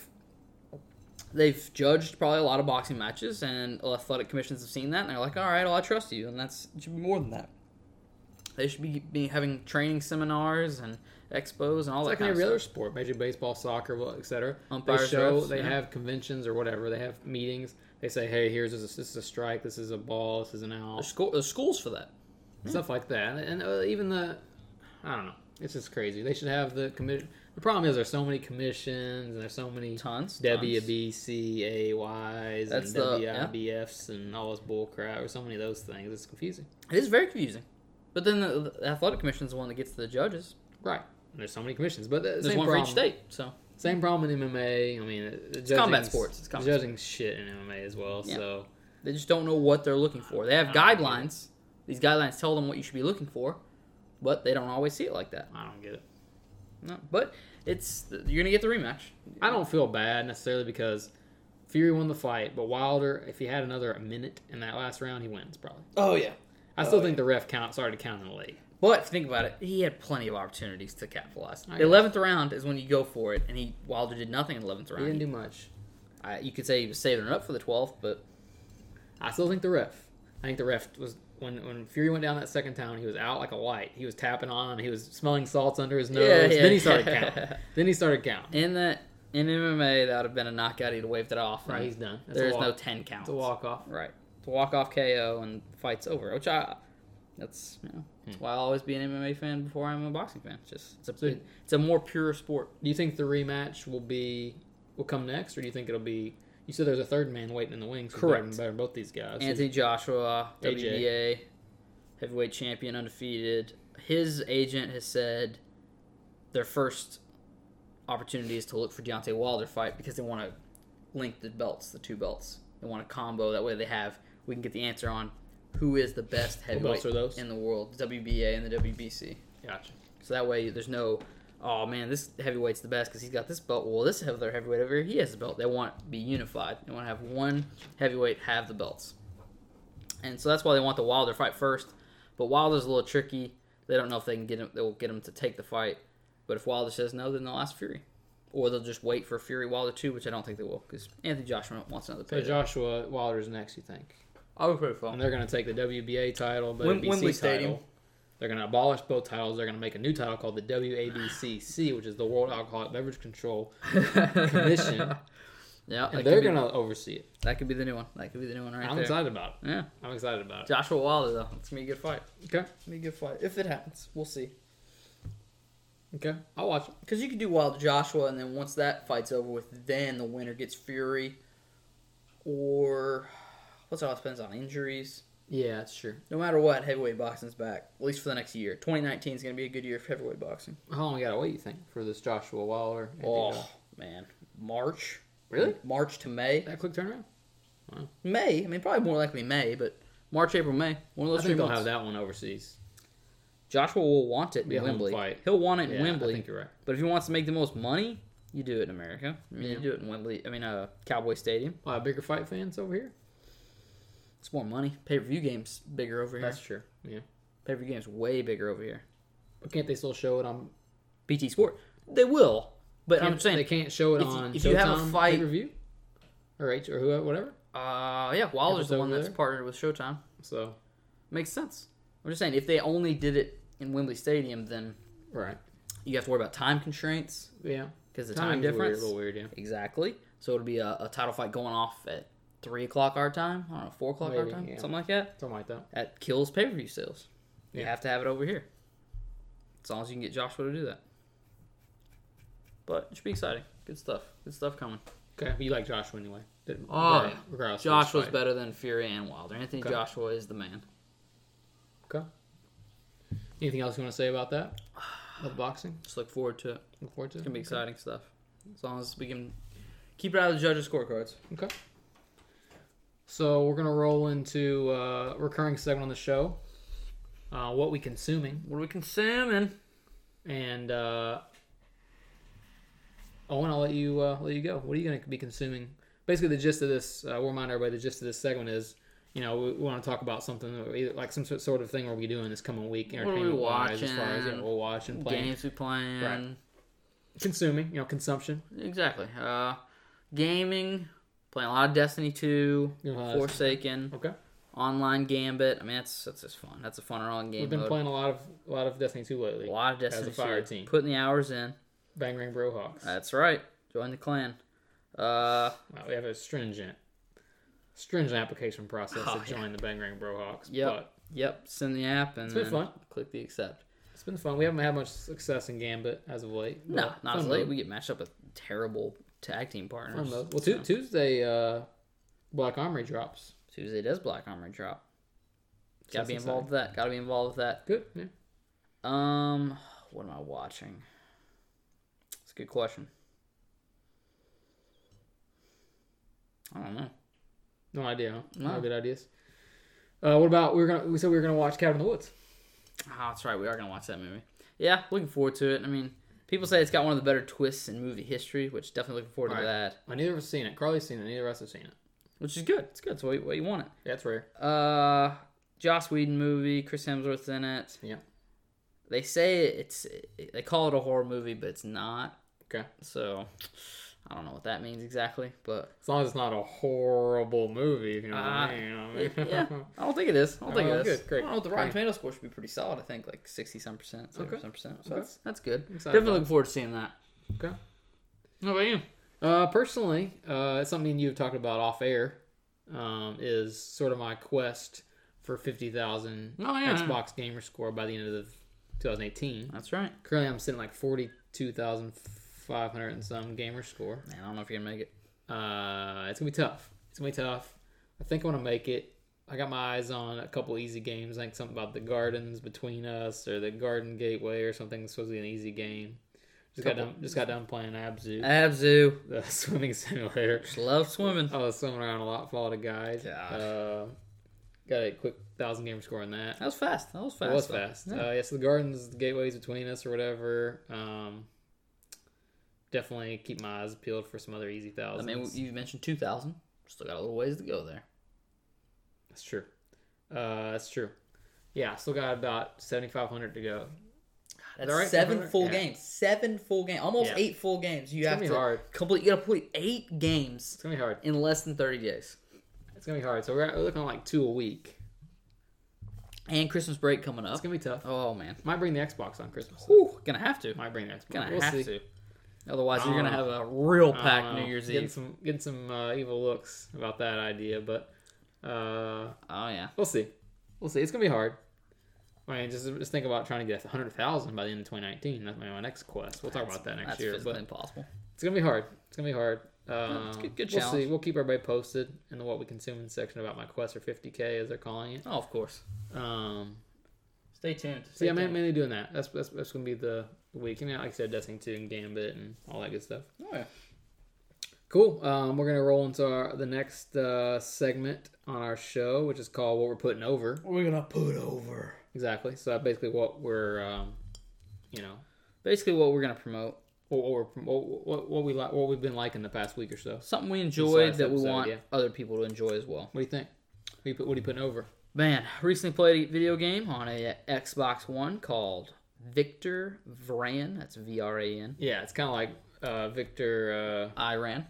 Speaker 3: they've judged probably a lot of boxing matches, and athletic commissions have seen that, and they're like, "All right, well, I trust you," and that's it should be more than that. They should be, be having training seminars and expos and all
Speaker 1: It's
Speaker 3: that
Speaker 1: like in
Speaker 3: kind of
Speaker 1: every
Speaker 3: stuff.
Speaker 1: other sport, major baseball, soccer, well, etc. They
Speaker 3: Umpires,
Speaker 1: show
Speaker 3: refs,
Speaker 1: they
Speaker 3: yeah.
Speaker 1: have conventions or whatever. They have meetings. They say, "Hey, here's this, this is a strike. This is a ball. This is an out."
Speaker 3: There's, school, there's schools for that.
Speaker 1: stuff like that. And uh, even the, I don't know, it's just crazy. They should have the commission. The problem is there's so many commissions and there's so many
Speaker 3: Tons. tons.
Speaker 1: WBCAYs
Speaker 3: That's
Speaker 1: and
Speaker 3: the-
Speaker 1: WIBFs and all this bull crap. There's so many of those things. It's confusing.
Speaker 3: It is very confusing. But then the, the athletic commission is the one that gets to the judges.
Speaker 1: Right. And there's so many commissions, but the
Speaker 3: There's
Speaker 1: same
Speaker 3: one
Speaker 1: problem,
Speaker 3: for each state. So
Speaker 1: Same problem in MMA. I mean, it- the
Speaker 3: combat
Speaker 1: judging's-
Speaker 3: sports. It's
Speaker 1: the
Speaker 3: combat
Speaker 1: judging shit in MMA as well.
Speaker 3: Yeah.
Speaker 1: So
Speaker 3: They just don't know what they're looking for. They have
Speaker 1: I don't get
Speaker 3: guidelines. These guidelines tell them what you should be looking for, but they don't always see it like that.
Speaker 1: I don't get it.
Speaker 3: No, but it's you're gonna get the rematch.
Speaker 1: I don't feel bad necessarily because Fury won the fight, but Wilder, if he had another minute in that last round, he wins probably.
Speaker 3: Oh yeah,
Speaker 1: I still
Speaker 3: Oh,
Speaker 1: think the ref count started counting late.
Speaker 3: but if you think about it, he had plenty of opportunities to capitalize.
Speaker 1: I
Speaker 3: The
Speaker 1: guess.
Speaker 3: eleventh round is when you go for it, and he Wilder did nothing in the eleventh
Speaker 1: He didn't
Speaker 3: round.
Speaker 1: do much.
Speaker 3: I, you could say he was saving it up for the twelfth, but
Speaker 1: I still think the ref. I think the ref was when when Fury went down that second time. He was out like a light. He was tapping on him. He was smelling salts under his nose.
Speaker 3: Yeah, yeah.
Speaker 1: Then he started counting. then he started counting.
Speaker 3: in that in MMA that would have been a knockout. He'd have waved it off. and
Speaker 1: Right, he's done. That's a
Speaker 3: There's
Speaker 1: walk.
Speaker 3: no ten count.
Speaker 1: It's a walk off.
Speaker 3: Right. To walk off KO and fight's over, which I that's you know that's why I always be an MMA fan before I'm a boxing fan. It's just it's a
Speaker 1: So-
Speaker 3: it's a more pure sport.
Speaker 1: Do you think the rematch will be will come next, or do you think it'll be? You said there's a third man waiting in the wings. who's
Speaker 3: Correct.
Speaker 1: Better, than- better than both these guys.
Speaker 3: Anthony Joshua,
Speaker 1: AJ.
Speaker 3: WBA heavyweight champion, undefeated. His agent has said their first opportunity is to look for Deontay Wilder fight because they want to link the belts, the two belts. They want to combo. That way they have we can get the answer on who is the best
Speaker 1: belts
Speaker 3: heavyweight
Speaker 1: are those?
Speaker 3: in the world, WBA and the WBC.
Speaker 1: Gotcha.
Speaker 3: So that way, there's no, oh man, this heavyweight's the best because he's got this belt. Well, this other heavyweight over here, he has the belt. They want to be unified. They want to have one heavyweight have the belts. And so that's why they want the Wilder fight first. But Wilder's a little tricky. They don't know if they can get him. They will get him to take the fight. But if Wilder says no, then they'll ask Fury, or they'll just wait for Fury Wilder two, which I don't think they will because Anthony Joshua wants another
Speaker 1: So
Speaker 3: pay.
Speaker 1: Joshua Wilder's next. You think?
Speaker 3: I would put it
Speaker 1: And they're going to take the WBA title, but
Speaker 3: Wem-
Speaker 1: WBC title.
Speaker 3: Wembley Stadium.
Speaker 1: They're going to abolish both titles. They're going to make a new title called the WABCC, which is the World Alcoholic Beverage Control Commission, and
Speaker 3: Yeah, that could
Speaker 1: they're
Speaker 3: be-
Speaker 1: going to oversee it.
Speaker 3: that could be the new one. That could be the new one right
Speaker 1: I'm
Speaker 3: there.
Speaker 1: excited about it.
Speaker 3: Yeah,
Speaker 1: I'm excited about it.
Speaker 3: Joshua Wilder though, it's gonna be a good fight.
Speaker 1: Okay,
Speaker 3: Be a good fight if it happens. We'll see.
Speaker 1: okay, I'll watch it.
Speaker 3: Because you could do Wild Joshua, and then once that fight's over with, then the winner gets Fury. Or what's it all depends on injuries.
Speaker 1: Yeah, that's true.
Speaker 3: No matter what, heavyweight boxing's back at least for the next year. 2019 is going to be a good year for heavyweight boxing.
Speaker 1: How long we got to wait? You think for this Joshua Wilder?
Speaker 3: Oh man, March
Speaker 1: really?
Speaker 3: March to May.
Speaker 1: That quick turnaround?
Speaker 3: May. I mean, probably more likely May, but March, April, May. One of
Speaker 1: I
Speaker 3: those three
Speaker 1: think they'll
Speaker 3: months.
Speaker 1: have that one overseas.
Speaker 3: Joshua will want it in
Speaker 1: Be a home
Speaker 3: Wembley.
Speaker 1: fight.
Speaker 3: He'll want it in
Speaker 1: Yeah,
Speaker 3: Wembley.
Speaker 1: I think you're right.
Speaker 3: But if he wants to make the most money, you do it in America. I mean,
Speaker 1: Yeah.
Speaker 3: you do it in Wembley. I mean, uh, Cowboy Stadium.
Speaker 1: A lot of bigger fight fans over here.
Speaker 3: It's more money. Pay per view games bigger over here.
Speaker 1: That's true. Yeah,
Speaker 3: Pay per view games way bigger over here.
Speaker 1: but can't they still show it on?
Speaker 3: BT Sport. They will, but I'm
Speaker 1: can't- they
Speaker 3: saying,
Speaker 1: can't show it
Speaker 3: if you-
Speaker 1: on.
Speaker 3: if you have a
Speaker 1: Showtime
Speaker 3: fight-
Speaker 1: pay-per-view, or H or whoever, whatever.
Speaker 3: uh, yeah, Wilder's the
Speaker 1: Episode
Speaker 3: one that's
Speaker 1: there?
Speaker 3: partnered with Showtime.
Speaker 1: So
Speaker 3: Makes sense. I'm just saying, if they only did it in Wembley Stadium, then
Speaker 1: right,
Speaker 3: you have to worry about time constraints
Speaker 1: yeah.
Speaker 3: because the
Speaker 1: Timing's
Speaker 3: time
Speaker 1: weird,
Speaker 3: difference.
Speaker 1: a little weird, yeah.
Speaker 3: Exactly. So it'll be a, a title fight going off at three o'clock our time. I don't know, four o'clock our
Speaker 1: Maybe,
Speaker 3: time,
Speaker 1: yeah.
Speaker 3: something like that.
Speaker 1: Something like that.
Speaker 3: That kills pay per view sales. You
Speaker 1: Yeah.
Speaker 3: have to have it over here. As long as you can get Joshua to do that. But it should be exciting. Good stuff. Good stuff coming.
Speaker 1: Okay, but you like Joshua anyway. Didn't-
Speaker 3: Oh,
Speaker 1: right, regardless of his
Speaker 3: Joshua's
Speaker 1: fight.
Speaker 3: better than Fury and Wilder. Anthony
Speaker 1: Okay.
Speaker 3: Joshua is the man.
Speaker 1: Okay. Anything else you want to say about that? About boxing?
Speaker 3: Just look forward to it.
Speaker 1: Look forward to.
Speaker 3: It's gonna be
Speaker 1: it?
Speaker 3: exciting stuff. As long as we can keep it out of the judges' scorecards.
Speaker 1: Okay. So we're gonna roll into uh, recurring segment on the show uh, what we consuming,
Speaker 3: What are we consuming?
Speaker 1: and uh, Owen, I'll let you uh, let you go. What are you going to be consuming? Basically, the gist of this, uh, we'll remind everybody. The gist of this segment is, you know, we, we want to talk about something that we- like some sort- sort of thing we'll be doing this coming week,
Speaker 3: are we
Speaker 1: entertainment wise, as far as
Speaker 3: watching?
Speaker 1: yeah, we'll watch and play,
Speaker 3: Games we playing.
Speaker 1: Right. consuming, you know, consumption.
Speaker 3: Exactly. Uh, gaming. Playing a lot of Destiny 2.
Speaker 1: You know, how that's-
Speaker 3: Forsaken.
Speaker 1: okay,
Speaker 3: Online Gambit. I mean, that's that's just fun. That's a fun online game
Speaker 1: we've been
Speaker 3: mode.
Speaker 1: playing a lot of a lot of Destiny two lately.
Speaker 3: a lot of Destiny
Speaker 1: as a fire
Speaker 3: 2.
Speaker 1: team.
Speaker 3: Putting the hours in.
Speaker 1: Bang Ring Bro Hawks.
Speaker 3: That's right. Join the clan. Uh,
Speaker 1: Wow, we have a stringent, stringent application process
Speaker 3: Oh,
Speaker 1: to join the Bang Ring Bro Hawks.
Speaker 3: Yep.
Speaker 1: but
Speaker 3: yep. Send the app and
Speaker 1: It's been
Speaker 3: then
Speaker 1: fun.
Speaker 3: click the accept.
Speaker 1: It's been fun. We haven't had much success in Gambit as of late. but
Speaker 3: No, not
Speaker 1: fun
Speaker 3: as late.
Speaker 1: mode.
Speaker 3: We get matched up with terrible tag team partners.
Speaker 1: Fun mode. Well, Tu-
Speaker 3: So,
Speaker 1: Tuesday, uh, Black Armory drops.
Speaker 3: Tuesday does Black Armor drop.
Speaker 1: So
Speaker 3: Gotta be
Speaker 1: that's
Speaker 3: involved with that. Gotta be involved with that.
Speaker 1: Good. Yeah.
Speaker 3: Um, what am I watching? That's a good question. I don't know.
Speaker 1: No idea. Huh? No.
Speaker 3: No.
Speaker 1: good ideas. Uh, what about we were gonna? We said we were gonna watch Cabin in the Woods.
Speaker 3: Oh, that's right. We are gonna watch that movie. Yeah, looking forward to it. I mean, people say it's got one of the better twists in movie history, which definitely looking forward
Speaker 1: Right.
Speaker 3: to that.
Speaker 1: I neither of us seen it. Carly's seen it. Neither of us have seen it.
Speaker 3: Which is good. It's good. It's what you, what you want it.
Speaker 1: Yeah, it's rare.
Speaker 3: Uh, Joss Whedon movie. Chris Hemsworth's in it.
Speaker 1: Yeah.
Speaker 3: They say it's they call it a horror movie, but it's not.
Speaker 1: Okay.
Speaker 3: So I don't know what that means exactly, but
Speaker 1: As long as it's not a horrible movie, if you know what
Speaker 3: Ah,
Speaker 1: I mean. You know what I mean?
Speaker 3: yeah, I don't think it is. I don't think
Speaker 1: Oh,
Speaker 3: it is.
Speaker 1: good, great,
Speaker 3: I don't know. The Rotten
Speaker 1: great.
Speaker 3: Tomato score should be pretty solid. I think like sixty some percent, seventy
Speaker 1: Okay.
Speaker 3: some percent. So
Speaker 1: Okay.
Speaker 3: that's that's good.
Speaker 1: Excited
Speaker 3: Definitely
Speaker 1: about
Speaker 3: looking forward to seeing that.
Speaker 1: Okay.
Speaker 3: How about you?
Speaker 1: Uh, personally, uh, it's something you've talked about off air. Um, is sort of my quest for fifty thousand
Speaker 3: Oh, yeah, yeah.
Speaker 1: Xbox gamer score by the end of 2018.
Speaker 3: That's right.
Speaker 1: Currently, I'm sitting like forty-two thousand five hundred and some gamer score.
Speaker 3: Man, I don't know if you're gonna make it.
Speaker 1: Uh, it's gonna be tough. It's gonna be tough. I think I'm gonna make it. I got my eyes on a couple easy games. I think something about the gardens between us or the Garden Gateway or something. It's supposed to be an easy game. Just got
Speaker 3: Couple- Eh.
Speaker 1: done. Just got done playing Abzu,
Speaker 3: Abzu,
Speaker 1: the swimming simulator.
Speaker 3: just love swimming.
Speaker 1: I was swimming around a lot, followed a guide.
Speaker 3: Gosh.
Speaker 1: Uh, got a quick thousand gamer score on that.
Speaker 3: That was fast. That was fast.
Speaker 1: It was
Speaker 3: though.
Speaker 1: fast.
Speaker 3: Yeah.
Speaker 1: Uh, yeah, so the gardens, the gateways between us or whatever. Um, definitely keep my eyes peeled for some other easy
Speaker 3: I
Speaker 1: thousands.
Speaker 3: mean, you mentioned two thousand. Still got a little ways to go there.
Speaker 1: that's true. Uh, that's true. Yeah, still got about 7,500 to go.
Speaker 3: That's
Speaker 1: that right?
Speaker 3: seven full
Speaker 1: Yeah.
Speaker 3: games. Seven full games. Almost
Speaker 1: Yeah.
Speaker 3: eight full games. You
Speaker 1: It's
Speaker 3: have
Speaker 1: gonna be
Speaker 3: to
Speaker 1: hard.
Speaker 3: complete. You got to complete eight games
Speaker 1: It's going to be hard.
Speaker 3: in less than thirty days.
Speaker 1: It's going to be hard. So we're at- we're looking at like two a week.
Speaker 3: And Christmas break coming
Speaker 1: It's
Speaker 3: up.
Speaker 1: going to be tough.
Speaker 3: Oh man.
Speaker 1: Might bring the Xbox on Christmas.
Speaker 3: Whew, gonna have to.
Speaker 1: Might bring the Xbox.
Speaker 3: Gonna
Speaker 1: We'll
Speaker 3: have
Speaker 1: see.
Speaker 3: to. Otherwise, you're
Speaker 1: I don't
Speaker 3: gonna have
Speaker 1: know.
Speaker 3: a real
Speaker 1: I
Speaker 3: packed
Speaker 1: don't
Speaker 3: New
Speaker 1: know.
Speaker 3: Year's
Speaker 1: getting
Speaker 3: Eve.
Speaker 1: Some, getting some uh, evil looks about that idea, but uh,
Speaker 3: Oh yeah.
Speaker 1: we'll see. We'll see. It's gonna be hard. I mean, just just think about trying to get hundred thousand by the end of 2019. That's my my next quest. We'll talk about that next
Speaker 3: That's
Speaker 1: year,
Speaker 3: physically
Speaker 1: but
Speaker 3: impossible.
Speaker 1: it's gonna be hard. It's gonna be hard. Um,
Speaker 3: it's a good- good
Speaker 1: we'll
Speaker 3: challenge.
Speaker 1: see. We'll keep everybody posted in the what we consume section about my quest for 50k, as they're calling it.
Speaker 3: Oh, of course.
Speaker 1: Um,
Speaker 3: Stay tuned.
Speaker 1: so
Speaker 3: Stay
Speaker 1: yeah, man,
Speaker 3: tuned.
Speaker 1: mainly doing that. That's that's, that's gonna be the week. And yeah, like I said, Destiny 2 and Gambit and all that good stuff.
Speaker 3: Oh, yeah.
Speaker 1: Cool. Um, we're gonna roll into our, the next uh, segment on our show, which is called "What We're Putting Over."
Speaker 3: We're gonna put over.
Speaker 1: Exactly. So that's basically what we're, um, you know,
Speaker 3: Basically, what we're gonna promote.
Speaker 1: what, what we're what, what, what we like, what we've been liking the past week or so. What
Speaker 3: Something we enjoyed
Speaker 1: last
Speaker 3: that we
Speaker 1: episode,
Speaker 3: want
Speaker 1: yeah.
Speaker 3: other people to enjoy as well.
Speaker 1: do you think? What are you, put, what are you putting over?
Speaker 3: Man, recently played a video game on a Xbox One called Victor Vran. That's V R A N.
Speaker 1: Yeah, it's kind of like uh, Victor.
Speaker 3: Iran.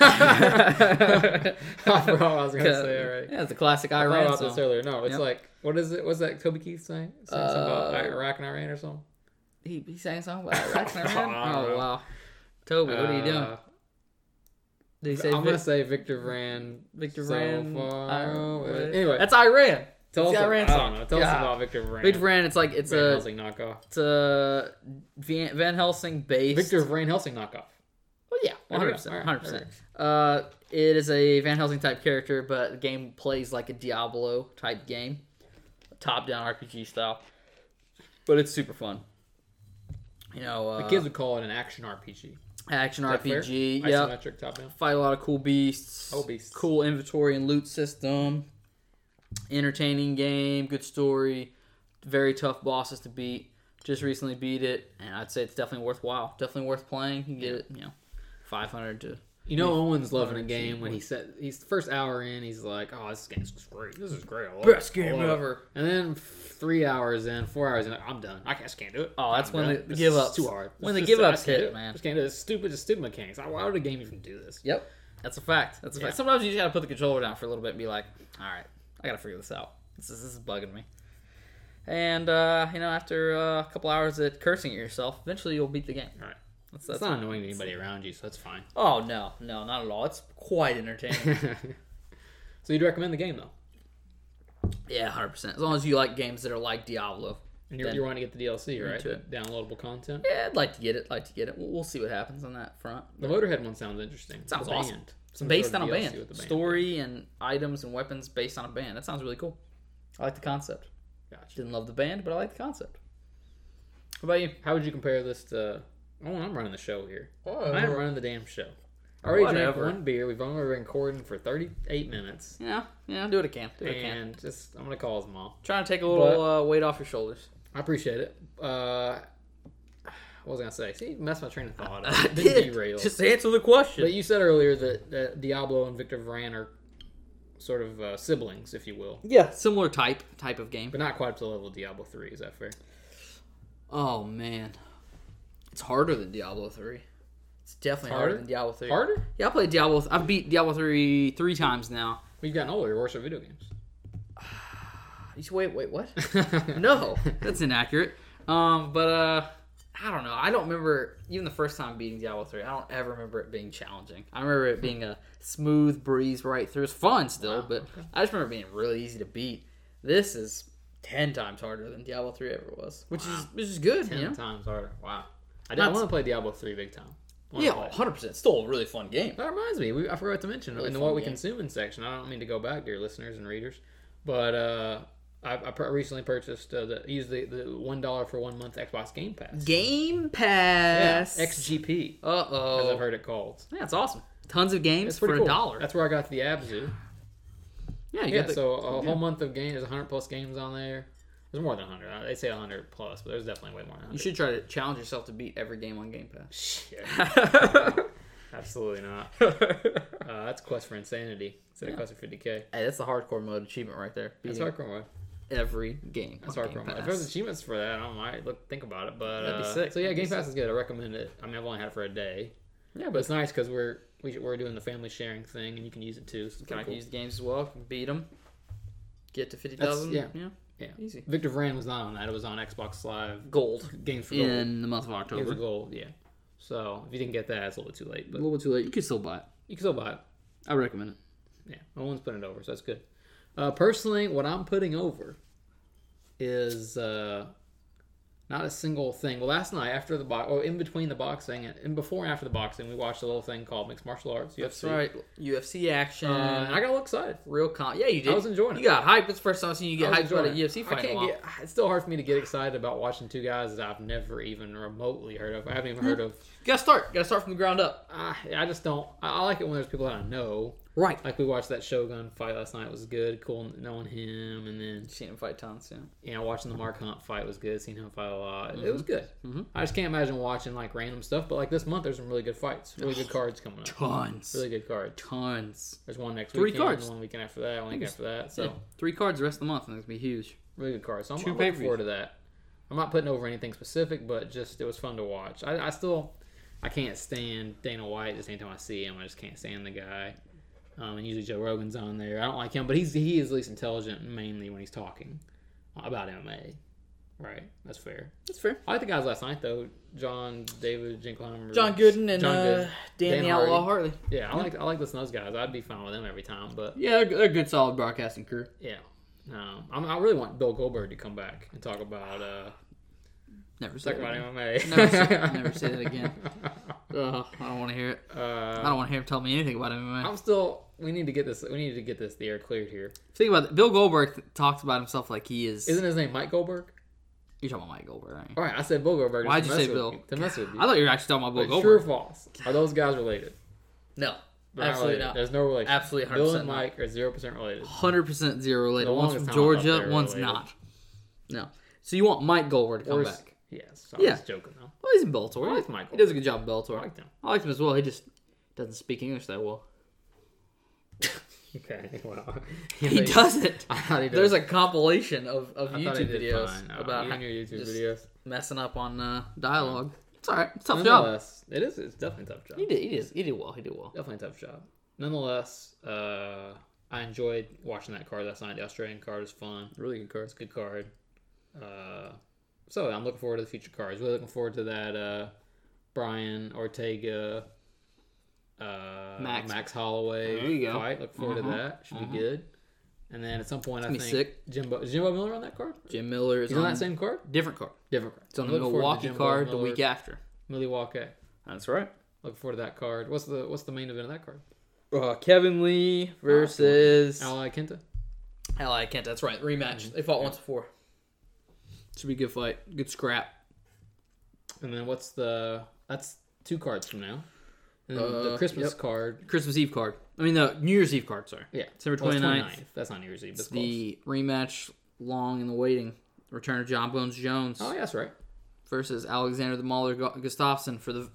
Speaker 1: Uh... I forgot what I was gonna say. All right.
Speaker 3: Yeah, it's a classic
Speaker 1: I
Speaker 3: Iran
Speaker 1: wrote about
Speaker 3: song.
Speaker 1: this earlier. No, it's
Speaker 3: Yep.
Speaker 1: like what is it? What's that Kobe Keith saying? saying something about
Speaker 3: Uh,
Speaker 1: Iraq and Iran or something?
Speaker 3: He, he sang a song about Iraq and Iran?
Speaker 1: I don't
Speaker 3: Oh,
Speaker 1: know.
Speaker 3: wow. Toby, what are you doing?
Speaker 1: Uh,
Speaker 3: Did he say
Speaker 1: I'm
Speaker 3: Vic-
Speaker 1: gonna say Victor Vran.
Speaker 3: Victor
Speaker 1: so
Speaker 3: Vran?
Speaker 1: far
Speaker 3: Iran-
Speaker 1: away. Anyway,
Speaker 3: That's Iran.
Speaker 1: tell us,
Speaker 3: it's the Iran
Speaker 1: I don't
Speaker 3: song.
Speaker 1: know, tell us
Speaker 3: Yeah.
Speaker 1: about Victor Vran.
Speaker 3: Victor Vran, it's like, it's
Speaker 1: Van
Speaker 3: a,
Speaker 1: Helsing knockoff.
Speaker 3: it's a Van, Van Helsing based.
Speaker 1: Victor Van Helsing knockoff.
Speaker 3: Well, yeah,
Speaker 1: There we go.
Speaker 3: 100%.
Speaker 1: All right,
Speaker 3: 100%.
Speaker 1: there
Speaker 3: Uh, it is a Van Helsing type character, but the game plays like a Diablo type game, top down RPG style. But it's super fun. You know, uh,
Speaker 1: The kids would call it an action RPG.
Speaker 3: action
Speaker 1: Is that fair?
Speaker 3: RPG. Yeah,
Speaker 1: Isometric top down.
Speaker 3: fight a lot of cool beasts.
Speaker 1: Oh, beasts.
Speaker 3: Cool inventory and loot system. Entertaining game, good story. very tough bosses to beat. Just recently beat it, and I'd say it's definitely worthwhile. Definitely worth playing. You get it, you know, five hundred to
Speaker 1: You know,
Speaker 3: Yeah.
Speaker 1: Owen's loving a
Speaker 3: Alright,
Speaker 1: game
Speaker 3: see.
Speaker 1: when he said he's the first hour in. He's like, "Oh, this game's great. This is great. I love
Speaker 3: Best
Speaker 1: it. I
Speaker 3: game
Speaker 1: love it."
Speaker 3: ever.
Speaker 1: And then f- three hours in, four hours in, like, I'm done. I just can't do it.
Speaker 3: Oh, that's
Speaker 1: I'm
Speaker 3: when
Speaker 1: done.
Speaker 3: the- the
Speaker 1: This
Speaker 3: give
Speaker 1: is
Speaker 3: ups-
Speaker 1: too hard.
Speaker 3: when
Speaker 1: This
Speaker 3: the
Speaker 1: is-
Speaker 3: give
Speaker 1: I
Speaker 3: ups
Speaker 1: just can't
Speaker 3: hit,
Speaker 1: do it.
Speaker 3: man.
Speaker 1: Just can't do it. It's stupid. Just stupid mechanics. Why would a game even do this?
Speaker 3: Yep. That's a fact. That's a
Speaker 1: Yeah.
Speaker 3: fact. Sometimes you just gotta put the controller down for a little bit and be like, all right, I gotta figure this out. This is, this is bugging me. And, uh, you know, after uh, a couple hours at cursing at yourself, eventually you'll beat the game.
Speaker 1: All right.
Speaker 3: That's,
Speaker 1: That's
Speaker 3: that's
Speaker 1: not annoying to anybody around you, so that's fine.
Speaker 3: Oh, no, no, not at all. It's quite entertaining.
Speaker 1: so you'd recommend the game though,
Speaker 3: yeah, 100%. As long as you like games that are like Diablo.
Speaker 1: and you're,
Speaker 3: Then-
Speaker 1: you're wanting to get the DLC, right?
Speaker 3: into
Speaker 1: The
Speaker 3: it.
Speaker 1: downloadable content.
Speaker 3: Yeah, I'd like to get it. Like to get it. We'll, we'll see what happens on that front.
Speaker 1: The Motorhead one sounds interesting.
Speaker 3: Sounds
Speaker 1: The
Speaker 3: awesome.
Speaker 1: band.
Speaker 3: It's
Speaker 1: Some
Speaker 3: based
Speaker 1: sort
Speaker 3: on
Speaker 1: of
Speaker 3: a
Speaker 1: DLC
Speaker 3: band.
Speaker 1: with the
Speaker 3: Story and items and weapons based on a band. That sounds really cool. I like the concept.
Speaker 1: Gotcha.
Speaker 3: Didn't love the band, but I like the concept. What about you?
Speaker 1: How would you compare this to? Oh, I'm running the show here. I am running the damn show. I already drank
Speaker 3: Uh, Whatever.
Speaker 1: one beer. We've only been recording for 38 minutes.
Speaker 3: Yeah, yeah, do what I can. Do what I can.
Speaker 1: And just, I'm going to call his mom.
Speaker 3: Trying to take a little uh, weight off your shoulders.
Speaker 1: I appreciate it. Uh, what was I going to say? See, you messed my train of thought up.
Speaker 3: I
Speaker 1: Been derailed.
Speaker 3: Just answer the question.
Speaker 1: But you said earlier that, that Diablo and Victor Varan are sort of uh, siblings, if you will.
Speaker 3: yeah, similar type type of game.
Speaker 1: But not quite up to the level of Diablo 3. Is that fair?
Speaker 3: Oh man, it's harder than Diablo three. It's definitely harder,
Speaker 1: Harder?
Speaker 3: than Diablo three.
Speaker 1: Harder?
Speaker 3: Yeah, I played Diablo. Th- I beat Diablo three three times now.
Speaker 1: We've gotten older. You're worse at video games.
Speaker 3: You s- wait, wait, what? no, that's inaccurate. Um, but uh, I don't know. I don't remember even the first time beating Diablo three. I don't ever remember it being challenging. I remember it being a smooth breeze right through. It's fun still,
Speaker 1: Wow,
Speaker 3: but I just remember it being really easy to beat. This is ten times harder than Diablo three ever was, which is which is good.
Speaker 1: Ten
Speaker 3: You know?
Speaker 1: times harder. Wow. I, did,
Speaker 3: Not-
Speaker 1: I want to play Diablo 3 big time. I wanna
Speaker 3: Yeah,
Speaker 1: play it.
Speaker 3: hundred percent. Still a really fun game.
Speaker 1: That reminds me, we, I forgot to mention
Speaker 3: Really
Speaker 1: in the
Speaker 3: fun
Speaker 1: what we
Speaker 3: game.
Speaker 1: consuming section. I don't mean to go back, dear listeners and readers, but uh, I, I pr- recently purchased uh, the used the, the one dollar for one month Xbox Game Pass.
Speaker 3: Game
Speaker 1: Yeah,
Speaker 3: Pass.
Speaker 1: XGP,
Speaker 3: Uh
Speaker 1: as I've
Speaker 3: oh.
Speaker 1: heard it called.
Speaker 3: Yeah, it's awesome. Tons of games
Speaker 1: It's
Speaker 3: for
Speaker 1: pretty
Speaker 3: a
Speaker 1: cool.
Speaker 3: dollar.
Speaker 1: That's where I got the Abzu.
Speaker 3: yeah, you
Speaker 1: Yeah,
Speaker 3: got the-
Speaker 1: so a
Speaker 3: yeah.
Speaker 1: whole month of games, there's hundred plus games on there. There's more than hundred. They say hundred plus, but there's definitely way more than
Speaker 3: you
Speaker 1: hundred.
Speaker 3: should try to challenge yourself to beat every game on Game Pass.
Speaker 1: Shit, absolutely not.
Speaker 3: hey,
Speaker 1: Uh, that's Quest for Insanity instead
Speaker 3: Yeah.
Speaker 1: of Quest for 50k.
Speaker 3: that's the hardcore mode achievement right there.
Speaker 1: That's
Speaker 3: Beating
Speaker 1: hardcore mode.
Speaker 3: every game.
Speaker 1: That's
Speaker 3: on
Speaker 1: hard
Speaker 3: Game
Speaker 1: promo. If
Speaker 3: Pass.
Speaker 1: there's achievements for that, I might look think about it. But
Speaker 3: That'd be
Speaker 1: uh,
Speaker 3: sick.
Speaker 1: So yeah,
Speaker 3: That'd be
Speaker 1: Game Pass
Speaker 3: sick.
Speaker 1: is good. I recommend it. I mean, I've only had it for a day,
Speaker 3: Yeah,
Speaker 1: but
Speaker 3: but
Speaker 1: it's nice because we're we, we're doing the family sharing thing, and you can use it too. So it's
Speaker 3: can
Speaker 1: kind
Speaker 3: I
Speaker 1: of cool.
Speaker 3: use the games as well? Can beat them. Get to fifty thousand.
Speaker 1: That's-
Speaker 3: yeah,
Speaker 1: Yeah.
Speaker 3: easy.
Speaker 1: Victor Vran was not on that. It was on Xbox Live
Speaker 3: Gold
Speaker 1: Games for Gold.
Speaker 3: in the month of
Speaker 1: Games for
Speaker 3: October.
Speaker 1: Gold, yeah. So if you didn't get that, it's a little bit too late,
Speaker 3: A
Speaker 1: but
Speaker 3: little bit too late. You could still buy it.
Speaker 1: you can still buy it.
Speaker 3: I recommend it.
Speaker 1: Yeah, no one's putting it over, so that's good. Uh, personally, what I'm putting over is uh, not a single thing. Well, last night after the box, or in between the boxing and, and before and after the boxing, we watched a little thing called mixed martial arts. UFC.
Speaker 3: That's right. UFC action.
Speaker 1: Uh, and I got a little excited.
Speaker 3: Real con. Yeah, you did.
Speaker 1: I was enjoying it.
Speaker 3: You got hyped. It's the first time I've seen you get
Speaker 1: I
Speaker 3: hyped
Speaker 1: was
Speaker 3: about a
Speaker 1: enjoying it.
Speaker 3: UFC
Speaker 1: I
Speaker 3: fight. in a
Speaker 1: can't
Speaker 3: while.
Speaker 1: get- It's still hard for me to get excited about watching two guys that I've never even remotely heard of. I haven't even heard of.
Speaker 3: You gotta start. Gotta start from the ground up.
Speaker 1: I, I just don't. I, I like it when there's people that I know.
Speaker 3: Right.
Speaker 1: Like we watched that Shogun fight last night. It was good, cool knowing him, and then
Speaker 3: Seen him fight tons. Yeah.
Speaker 1: you know, watching the Mark Hunt fight was good. Seeing him fight a lot, it
Speaker 3: Mhm.
Speaker 1: was good.
Speaker 3: Mhm.
Speaker 1: I just can't imagine watching like random stuff. But like this month, there's some really good fights, really good cards coming up,
Speaker 3: Tons.
Speaker 1: really good cards.
Speaker 3: Tons.
Speaker 1: There's one next
Speaker 3: Three
Speaker 1: weekend,
Speaker 3: cards.
Speaker 1: one weekend after that, one weekend after that. So
Speaker 3: So three cards the rest of the month, and that's gonna be huge.
Speaker 1: really good cards. So I'm,
Speaker 3: Two
Speaker 1: I'm looking
Speaker 3: pay-per-views.
Speaker 1: forward to that. I'm not putting over anything specific, but just it was fun to watch. I, I still, I can't stand Dana White. Just anytime I see him, I just can't stand the guy. Um, and usually Joe Rogan's on there. I don't like him, but he's he is at least intelligent mainly when he's talking about MMA. Right, that's fair.
Speaker 3: That's fair.
Speaker 1: I like the guys last night though. John David Jinkleheimer,
Speaker 3: John Gooden and
Speaker 1: John Gooden.
Speaker 3: Uh, Dan,
Speaker 1: Dan
Speaker 3: the
Speaker 1: Hardy.
Speaker 3: Outlaw Hartley.
Speaker 1: yeah, I like I like listening to those guys. I'd be fine with them every time, but
Speaker 3: Yeah, they're, they're a good, solid broadcasting crew.
Speaker 1: yeah, no, I'm, I really want Bill Goldberg to come back and talk about uh,
Speaker 3: Never say
Speaker 1: talk
Speaker 3: that
Speaker 1: about
Speaker 3: again.
Speaker 1: MMA.
Speaker 3: Never say- never say that again. Ugh, I don't want to hear it. I
Speaker 1: Uh,
Speaker 3: don't want to hear him tell me anything about MMA.
Speaker 1: I'm still. We need to get this. We need to get this the air cleared here.
Speaker 3: Think about it. Bill Goldberg th- talks about himself like he is.
Speaker 1: Isn't his name Mike Goldberg?
Speaker 3: you're talking about Mike Goldberg, right?
Speaker 1: All right, I said Bill Goldberg. just
Speaker 3: Why'd
Speaker 1: to
Speaker 3: you
Speaker 1: mess
Speaker 3: say
Speaker 1: with
Speaker 3: Bill?
Speaker 1: you- to mess with you?
Speaker 3: I thought you were actually talking about Bill
Speaker 1: But true or
Speaker 3: Goldberg.
Speaker 1: false? Are those guys related?
Speaker 3: No,
Speaker 1: They're
Speaker 3: absolutely
Speaker 1: related.
Speaker 3: not.
Speaker 1: There's no relation.
Speaker 3: Absolutely,
Speaker 1: Bill
Speaker 3: 100%
Speaker 1: and
Speaker 3: not.
Speaker 1: Mike are zero percent related.
Speaker 3: Hundred percent zero related.
Speaker 1: The
Speaker 3: One's
Speaker 1: longest time I
Speaker 3: from
Speaker 1: thought they
Speaker 3: Georgia,
Speaker 1: were
Speaker 3: one's
Speaker 1: related.
Speaker 3: not. No, So you want Mike Goldberg to come
Speaker 1: Or s-
Speaker 3: back?
Speaker 1: Yes. Sorry, I was
Speaker 3: Yeah.
Speaker 1: joking though.
Speaker 3: Well, he's in Bellator.
Speaker 1: I like Mike
Speaker 3: He does a good job in Bellator.
Speaker 1: I like them.
Speaker 3: I liked him as well. He just doesn't speak English that well.
Speaker 1: Okay. Well,
Speaker 3: He doesn't.
Speaker 1: I thought he
Speaker 3: There's
Speaker 1: did.
Speaker 3: a compilation of, of
Speaker 1: I thought he
Speaker 3: YouTube
Speaker 1: did
Speaker 3: videos
Speaker 1: fine. Oh,
Speaker 3: about
Speaker 1: you and your YouTube
Speaker 3: just
Speaker 1: videos.
Speaker 3: messing up on uh, dialogue. It's all right. It's a tough job.
Speaker 1: Nonetheless, it is. It's definitely a tough job.
Speaker 3: He did. He did. He did well. He did well.
Speaker 1: Definitely a tough job. Nonetheless, uh, I enjoyed watching that card last night. The Australian card was fun.
Speaker 3: Really good
Speaker 1: It's a good card. Uh, so I'm looking forward to the future cards. Really looking forward to that uh, Brian Ortega, uh,
Speaker 3: Max.
Speaker 1: Holloway
Speaker 3: There you go.
Speaker 1: fight. Look forward
Speaker 3: Mhm.
Speaker 1: to that. Should be good. And then at some point, I
Speaker 3: gonna
Speaker 1: think
Speaker 3: be sick. Um,
Speaker 1: Jimbo is Jimbo Miller on that card.
Speaker 3: Jim Miller is
Speaker 1: He's on that same card.
Speaker 3: different card.
Speaker 1: Different card.
Speaker 3: It's on the Milwaukee card the week after.
Speaker 1: Milwaukee.
Speaker 3: That's right.
Speaker 1: Looking forward to that card. What's the what's the main event of that card?
Speaker 3: Uh, Kevin Lee versus
Speaker 1: Ally Kenta.
Speaker 3: Ally Kent. That's right. Rematch.
Speaker 1: Mm-hmm.
Speaker 3: They fought once before. Should be a good fight. Good scrap.
Speaker 1: And then what's the that's two cards from now. And then the
Speaker 3: Uh,
Speaker 1: Christmas
Speaker 3: yep.
Speaker 1: card.
Speaker 3: Christmas Eve card. I mean, no, New Year's Eve card. Sorry.
Speaker 1: Yeah.
Speaker 3: December
Speaker 1: Well, it's
Speaker 3: 29th.
Speaker 1: 29th. That's not New Year's Eve. That's
Speaker 3: It's the rematch, long in the waiting. Return of John Bones Jones
Speaker 1: Oh yeah, that's right.
Speaker 3: versus Alexander the Mauler Gu- Gustafsson for the.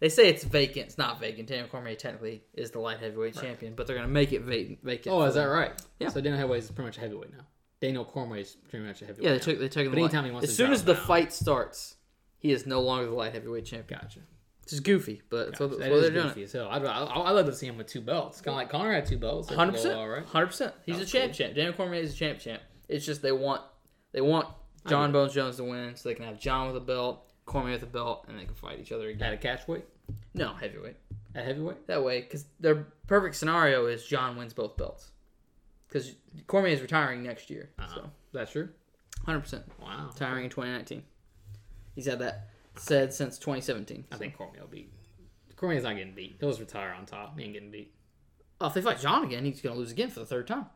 Speaker 3: They say it's vacant. It's not vacant. Daniel Cormier technically is the light heavyweight champion, but they're going to make it va- vacant.
Speaker 1: Oh,
Speaker 3: for
Speaker 1: is that
Speaker 3: them.
Speaker 1: right?
Speaker 3: Yeah.
Speaker 1: So Daniel Heavyweight is pretty much a heavyweight now. Daniel Cormier is pretty much a heavyweight.
Speaker 3: Yeah, they
Speaker 1: now.
Speaker 3: took they took him.
Speaker 1: But
Speaker 3: the light-
Speaker 1: anytime he wants
Speaker 3: as
Speaker 1: to
Speaker 3: soon
Speaker 1: drop
Speaker 3: as the
Speaker 1: down.
Speaker 3: fight starts, he is no longer the light heavyweight champion.
Speaker 1: Gotcha.
Speaker 3: It's just goofy, but that's
Speaker 1: So
Speaker 3: what,
Speaker 1: that
Speaker 3: that's what
Speaker 1: is
Speaker 3: they're doing.
Speaker 1: goofy as hell. I'd, I, I'd love to see him with two belts, kind of like Connor had two belts. there for a
Speaker 3: Hundred
Speaker 1: little
Speaker 3: percent,
Speaker 1: while, right?
Speaker 3: hundred percent. He's a
Speaker 1: Sounds
Speaker 3: champ, champ. Daniel Cormier is a champ, champ. It's just they want they want John Bones Jones to win, so they can have John with a belt, Cormier with a belt, and they can fight each other
Speaker 1: At
Speaker 3: again.
Speaker 1: a catch weight,
Speaker 3: No heavyweight
Speaker 1: at heavyweight.
Speaker 3: that way, because their perfect scenario is John wins both belts, because Cormier is retiring next year.
Speaker 1: Uh-huh.
Speaker 3: So
Speaker 1: That's true.
Speaker 3: hundred percent
Speaker 1: Wow.
Speaker 3: retiring in twenty nineteen. He's had that said since twenty seventeen.
Speaker 1: I think Cormier will beat. Cormier's not getting beat. He'll just retire on top. He ain't getting beat.
Speaker 3: Oh, if they fight John again, he's going to lose again for the third time.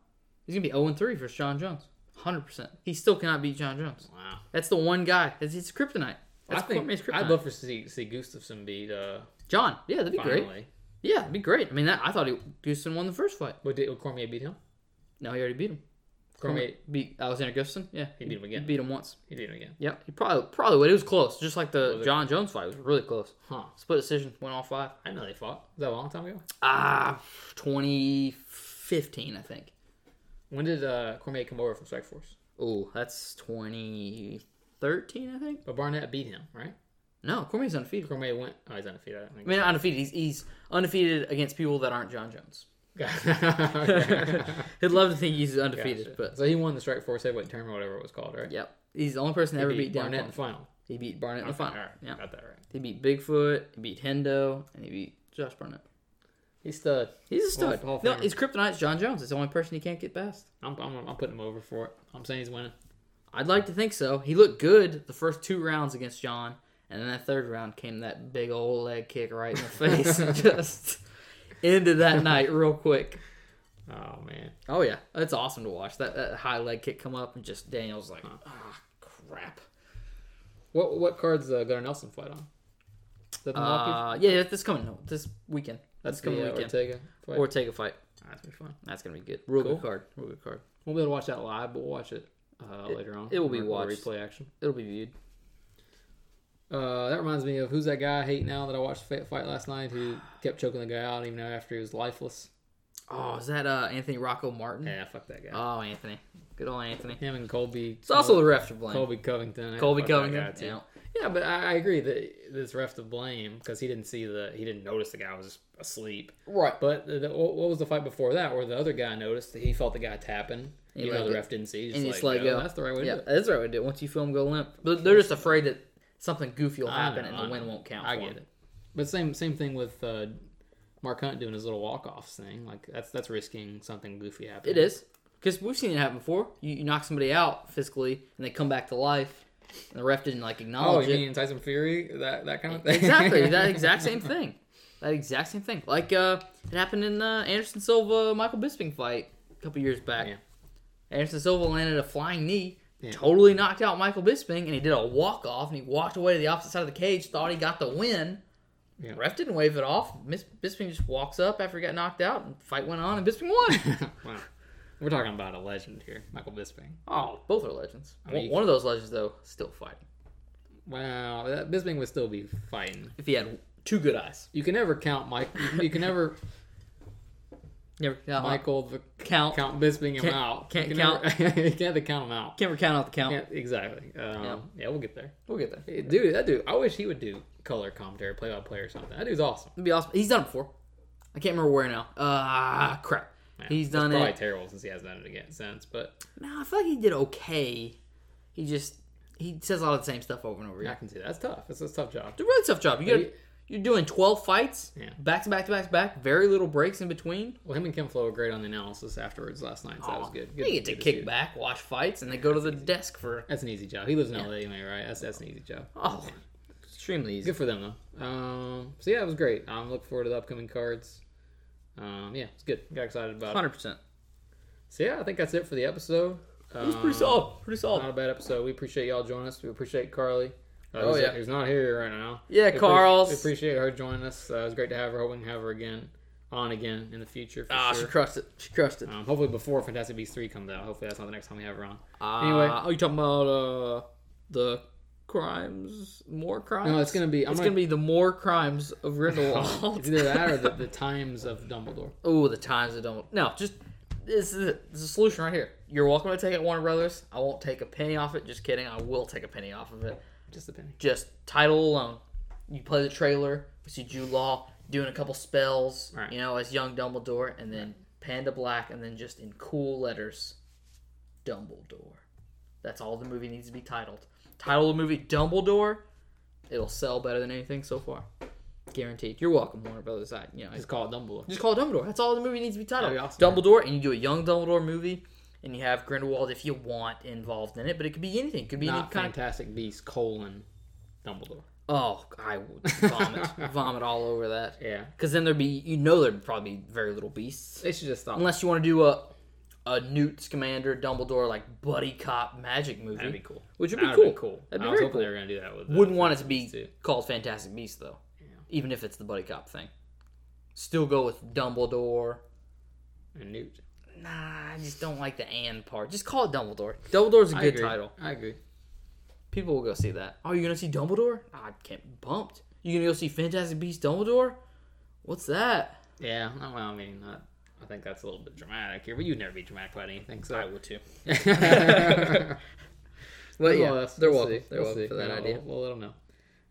Speaker 3: He's going to be 0 3 versus John Jones. 100%. He still cannot beat John Jones.
Speaker 1: Wow.
Speaker 3: That's the one guy. It's, it's kryptonite. That's
Speaker 1: I think
Speaker 3: Cormier's kryptonite.
Speaker 1: I'd love for see see Gustafson beat uh,
Speaker 3: John. Yeah, that'd be
Speaker 1: finally.
Speaker 3: great. Yeah, that'd be great. I mean, that I thought he, Gustafson won the first fight.
Speaker 1: What did Cormier beat him?
Speaker 3: No, he already beat him.
Speaker 1: Cormier
Speaker 3: beat Alexander Gustafson. Yeah,
Speaker 1: He beat him again.
Speaker 3: He beat him once.
Speaker 1: he did it again.
Speaker 3: Yeah, he probably probably would. It was close, just like the
Speaker 1: Was it?
Speaker 3: John Jones fight. It was really close.
Speaker 1: Huh.
Speaker 3: Split decision, went all five.
Speaker 1: I know they fought. Was that a long time ago?
Speaker 3: Ah, 2015, I think.
Speaker 1: When did uh, Cormier come over from Strike Force?
Speaker 3: Oh, that's 2013, I think.
Speaker 1: But Barnett beat him, right?
Speaker 3: No, Cormier's undefeated.
Speaker 1: Cormier went. Oh, he's undefeated. I don't
Speaker 3: I mean, not undefeated. He's, he's undefeated against people that aren't John Jones.
Speaker 1: think.
Speaker 3: He'd love to think he's
Speaker 1: Gotcha.
Speaker 3: undefeated, but
Speaker 1: so he won the Strike Force heavyweight tournament, whatever it was called, right?
Speaker 3: yep, he's the only person that ever
Speaker 1: he
Speaker 3: beat,
Speaker 1: beat,
Speaker 3: Daniel
Speaker 1: Barnett in
Speaker 3: Cormier.
Speaker 1: the final.
Speaker 3: He beat Barnett in the
Speaker 1: Okay,
Speaker 3: final.
Speaker 1: all right,
Speaker 3: Yeah,
Speaker 1: got that right.
Speaker 3: he beat Bigfoot, he beat Hendo, and he beat Josh Barnett.
Speaker 1: He's stud.
Speaker 3: He's a
Speaker 1: Hall
Speaker 3: stud.
Speaker 1: of- Hall of
Speaker 3: no,
Speaker 1: Famer.
Speaker 3: he's kryptonite's John Jones. It's the only person he can't get past.
Speaker 1: I'm, I'm, I'm putting him over for it. I'm saying he's winning.
Speaker 3: I'd like to think so. He looked good the first two rounds against John, and then that third round came that big old leg kick right in the face and just ended that night real quick.
Speaker 1: Oh man,
Speaker 3: Oh yeah, it's awesome to watch that, that high leg kick come up and just Daniel's like,
Speaker 1: Uh-huh.
Speaker 3: ah, crap.
Speaker 1: what what cards uh, Gunnar Nelson fight on? Is that the Milwaukee?
Speaker 3: Uh, yeah, yeah, this coming no, this weekend.
Speaker 1: That's
Speaker 3: this coming
Speaker 1: the uh,
Speaker 3: weekend.
Speaker 1: Ortega fight.
Speaker 3: Or take a fight.
Speaker 1: That's gonna be fun.
Speaker 3: That's gonna be good. Real
Speaker 1: Cool.
Speaker 3: good card. Real good card.
Speaker 1: We'll be able to watch that live, but we'll watch it uh,
Speaker 3: It-
Speaker 1: later on.
Speaker 3: it will be
Speaker 1: Or- or
Speaker 3: watched.
Speaker 1: replay action.
Speaker 3: It'll be viewed.
Speaker 1: Uh, that reminds me of who's that guy I hate now that I watched fa- fight last night who kept choking the guy out even though after he was lifeless.
Speaker 3: Oh, is that uh, Anthony Rocco Martin?
Speaker 1: Yeah, fuck that guy.
Speaker 3: Oh, Anthony. Good old Anthony.
Speaker 1: Uh, Him and Colby.
Speaker 3: It's also the ref to blame. Colby,
Speaker 1: Colby Covington. I fuck that
Speaker 3: Covington.
Speaker 1: guy, too.
Speaker 3: Yeah.
Speaker 1: Yeah, but I, I agree that this ref to blame because he didn't see the he didn't notice the guy was asleep.
Speaker 3: Right.
Speaker 1: But the, the, what what was the fight before that where the other guy noticed that he felt the guy tapping,
Speaker 3: He
Speaker 1: even though
Speaker 3: let
Speaker 1: the
Speaker 3: it-
Speaker 1: ref didn't see. He's
Speaker 3: and he
Speaker 1: just
Speaker 3: just
Speaker 1: like,
Speaker 3: let
Speaker 1: "Yo,
Speaker 3: go."
Speaker 1: That's the right way
Speaker 3: Yeah,
Speaker 1: to do it.
Speaker 3: that's right. We do. it. Once you film go limp, but they're just afraid that something goofy will
Speaker 1: I
Speaker 3: happen
Speaker 1: know,
Speaker 3: and
Speaker 1: I
Speaker 3: the win
Speaker 1: know.
Speaker 3: won't count.
Speaker 1: I
Speaker 3: for
Speaker 1: get
Speaker 3: them.
Speaker 1: it. But same same thing with uh, Mark Hunt doing his little walk offs thing. Like that's that's risking something goofy happening.
Speaker 3: It is because we've seen it happen before. You, you knock somebody out physically, and they come back to life, and the ref didn't like
Speaker 1: Oh,
Speaker 3: acknowledge
Speaker 1: you
Speaker 3: it. E,
Speaker 1: mean Tyson Fury? That that kind of thing.
Speaker 3: exactly that exact same thing. That exact same thing. Like uh, it happened in uh, Anderson Silva Michael Bisping fight a couple years back.
Speaker 1: Yeah.
Speaker 3: Anderson Silva landed a flying knee.
Speaker 1: Yeah.
Speaker 3: Totally knocked out Michael Bisping, and he did a walk off, and he walked away to the opposite side of the cage. Thought he got the win.
Speaker 1: Yeah.
Speaker 3: Ref didn't wave it off. Miss Bisping just walks up after he got knocked out, and fight went on, and Bisping won.
Speaker 1: wow. We're talking about a legend here, Michael Bisping.
Speaker 3: Oh, both are legends.
Speaker 1: I mean,
Speaker 3: one, one of those legends though, still fighting.
Speaker 1: Wow, that uh, Bisping would still be fighting.
Speaker 3: If he had two good eyes,
Speaker 1: You can never count Mike. You can, you can never
Speaker 3: never count
Speaker 1: Michael the
Speaker 3: count.
Speaker 1: count Bisping him
Speaker 3: Uh-huh. Can't-
Speaker 1: out.
Speaker 3: can't
Speaker 1: you can Never, you can't have to count him out.
Speaker 3: Can't count out the count.
Speaker 1: Yeah, exactly. Um, yeah. we'll get there.
Speaker 3: We'll get there.
Speaker 1: Hey, dude, that dude. I wish he would do color commentary, play by play, or something. That dude's awesome.
Speaker 3: It'd be awesome. He's done it before. I can't remember where now. Ah, crap.
Speaker 1: Man,
Speaker 3: He's
Speaker 1: that's
Speaker 3: done
Speaker 1: probably
Speaker 3: it.
Speaker 1: terrible since he hasn't done it again since. But
Speaker 3: No, I feel like he did okay. He just he says a lot of the same stuff over and over.
Speaker 1: I
Speaker 3: again.
Speaker 1: can see that. that's tough. It's a tough job.
Speaker 3: It's a really tough job. You got
Speaker 1: He-
Speaker 3: you're doing twelve fights,
Speaker 1: Yeah.
Speaker 3: back to back to back to back. Very little breaks in between.
Speaker 1: Well, him and Kim Flo were great on the analysis afterwards last night. So that was
Speaker 3: Aw,
Speaker 1: good. good
Speaker 3: They get to
Speaker 1: good
Speaker 3: kick
Speaker 1: see it.
Speaker 3: back, watch fights, and they go to the desk for
Speaker 1: That's an easy job. He lives in LA anyway, right? That's that's an easy job.
Speaker 3: oh, extremely easy.
Speaker 1: Good for them though. Um, so yeah, it was great. I'm looking forward to the upcoming cards. Um, yeah, it's good. Got excited about it.
Speaker 3: Hundred percent.
Speaker 1: So yeah, I think that's it for the episode.
Speaker 3: It was pretty
Speaker 1: Um,
Speaker 3: solid. Pretty
Speaker 1: Not
Speaker 3: solid.
Speaker 1: a bad episode. We appreciate y'all joining us. We appreciate Carly. Uh,
Speaker 3: Oh,
Speaker 1: who's-
Speaker 3: yeah.
Speaker 1: who's not here right now?
Speaker 3: Yeah,
Speaker 1: We appre-
Speaker 3: Carl's.
Speaker 1: We appreciate her joining us. Uh, it was great to have her. Hope we can have her again on again in the future. For
Speaker 3: Ah, she
Speaker 1: sure.
Speaker 3: crushed it. She crushed it.
Speaker 1: Um, hopefully before Fantastic Beasts three comes out. Hopefully that's not the next time we have her on.
Speaker 3: Uh,
Speaker 1: Anyway.
Speaker 3: are you talking about uh, the crimes, more crimes?
Speaker 1: No, it's gonna be. I'm
Speaker 3: it's
Speaker 1: gonna,
Speaker 3: gonna, be the more crimes of Grindelwald.
Speaker 1: It's either that or the, the times of Dumbledore.
Speaker 3: oh, the times that don't. No, just this is it. This is a solution right here. You're welcome to take it, Warner Brothers. I won't take a penny off it. Just kidding. I will take a penny off of it.
Speaker 1: Just a penny.
Speaker 3: Just title alone. You play the trailer. We see Jude Law doing a couple spells.
Speaker 1: Right.
Speaker 3: You know, as young Dumbledore, and then Panda Black, and then just in cool letters, Dumbledore. That's all the movie needs to be titled. Title of the movie Dumbledore. It'll sell better than anything so far. Guaranteed. You're welcome, Warner Brothers. I, you know,
Speaker 1: Just call it Dumbledore.
Speaker 3: just call it Dumbledore. That's all the movie needs to be titled.
Speaker 1: That'd be awesome.
Speaker 3: Dumbledore, and you do a young Dumbledore movie, and you have Grindelwald if you want involved in it. But it could be anything. It could be any
Speaker 1: Not
Speaker 3: kind. Of,
Speaker 1: Fantastic Beasts colon Dumbledore.
Speaker 3: oh, I would vomit, vomit all over that.
Speaker 1: Yeah,
Speaker 3: Because then there'd be, you know, there'd probably be very little beasts,
Speaker 1: they should just stop.
Speaker 3: unless you want to do a a Newt Scamander Dumbledore like buddy cop magic movie,
Speaker 1: That'd be cool.
Speaker 3: which would be
Speaker 1: That
Speaker 3: cool.
Speaker 1: would've been cool.
Speaker 3: That'd be
Speaker 1: I was
Speaker 3: very
Speaker 1: hoping
Speaker 3: cool.
Speaker 1: they were gonna do that with. the
Speaker 3: Wouldn't want it to be
Speaker 1: Beasts too.
Speaker 3: called Fantastic Beasts though.
Speaker 1: Yeah.
Speaker 3: Even if it's the buddy cop thing, still go with Dumbledore.
Speaker 1: and Newt.
Speaker 3: Nah, I just don't like the and part. Just call it Dumbledore. Dumbledore's a
Speaker 1: I
Speaker 3: good
Speaker 1: agree.
Speaker 3: title.
Speaker 1: I agree.
Speaker 3: People will go see that. Oh, you're gonna see Dumbledore? Nah, I can't bumped. You gonna go see Fantastic Beasts Dumbledore? What's that?
Speaker 1: Yeah. oh, Well, I mean, not. I think that's a little bit dramatic here, but you'd never be dramatic about anything. So I would too.
Speaker 3: But
Speaker 1: we'll see. We'll see. Yeah, We'll, we'll let them know.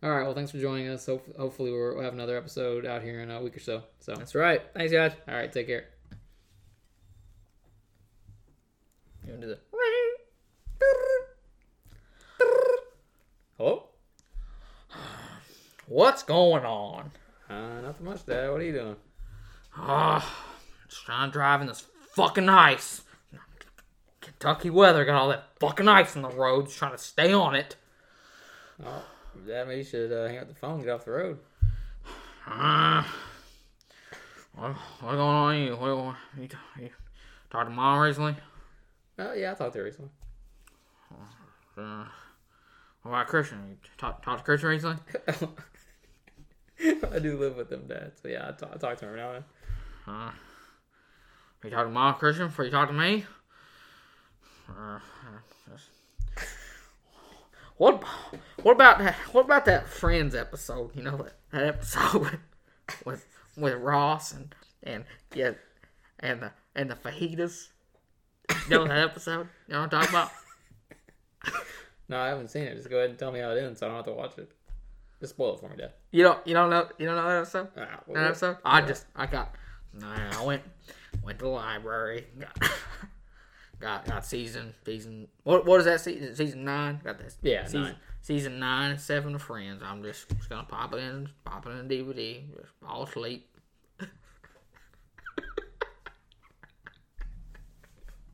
Speaker 1: All right. Well, thanks for joining us. Hope, hopefully, we're, we'll have another episode out here in a week or so. So, all
Speaker 3: That's right. Thanks, guys.
Speaker 1: right. Take care.
Speaker 3: You wanna do the?
Speaker 1: Hello.
Speaker 3: What's going on?
Speaker 1: Uh, nothing much, Dad. What are you doing?
Speaker 3: Ah, just trying to drive in this fucking ice. Kentucky weather got all that fucking ice in the roads. Trying to stay on it.
Speaker 1: Oh, Dad, maybe you should uh, hang up the phone and get off the road.
Speaker 3: Ah. what, what's going on with you? What, what, you, t- you talked to mom recently?
Speaker 1: Oh, yeah, I talked to her recently.
Speaker 3: Uh, what about Christian? You talked talk to Christian recently?
Speaker 1: I do live with them, Dad. So, yeah, I talk, I talk to her now. and
Speaker 3: Uh, you talked to mom, Christian, before you talked to me? Uh, that's- what what about that what about that Friends episode? You know that, that episode with, with with Ross and and yeah and the and the fajitas. You know that episode? You know what I'm talking about?
Speaker 1: No, I haven't seen it. Just go ahead and tell me how it ends so I don't have to watch it. Just spoil it for me, Dad.
Speaker 3: You don't you don't know you don't know that episode?
Speaker 1: Ah,
Speaker 3: That
Speaker 1: what-
Speaker 3: episode? I just I got nah, I went went to the library. Got got, got season season what what is that season season nine? Got that
Speaker 1: Yeah,
Speaker 3: season,
Speaker 1: nine.
Speaker 3: season nine and seven of Friends. I'm just, just gonna pop it in pop it in a DVD, just fall asleep.